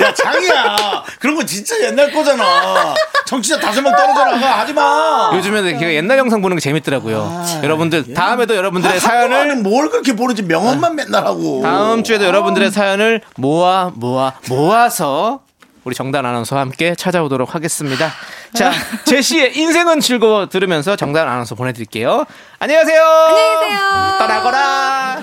Speaker 1: 야 장이야 그런 거 진짜 옛날 거잖아. 정치자 다섯 명 떨어져 나가 하지 마.
Speaker 2: 요즘에 제가 옛날 영상 보는 게 재밌더라고요. 여러분들 다음에도 여러분들의 사연을
Speaker 1: 사연은 뭘 그렇게 보는지 명언만 맨날 하고.
Speaker 2: 다음 주에도 여러분들의 사연을 모아 모아 모아서 우리 정단 아나운서와 함께 찾아오도록 하겠습니다. 자, [LAUGHS] 제시의 인생은 즐거워 들으면서 정단 아나운서 보내드릴게요. 안녕하세요. 안녕히 계세요. 떠나거라.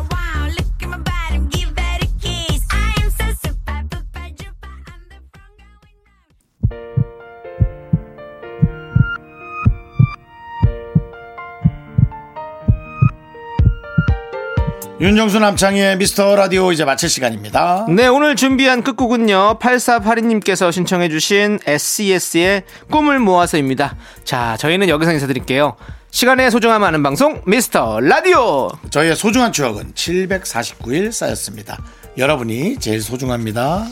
Speaker 1: 윤정수 남창의 미스터 라디오 이제 마칠 시간입니다.
Speaker 2: 네 오늘 준비한 끝곡은요 8482님께서 신청해 주신 SES의 꿈을 모아서입니다 자 저희는 여기서 인사드릴게요 시간의 소중함 아는 방송 미스터 라디오
Speaker 1: 저희의 소중한 추억은 749일 쌓였습니다. 여러분이 제일 소중합니다.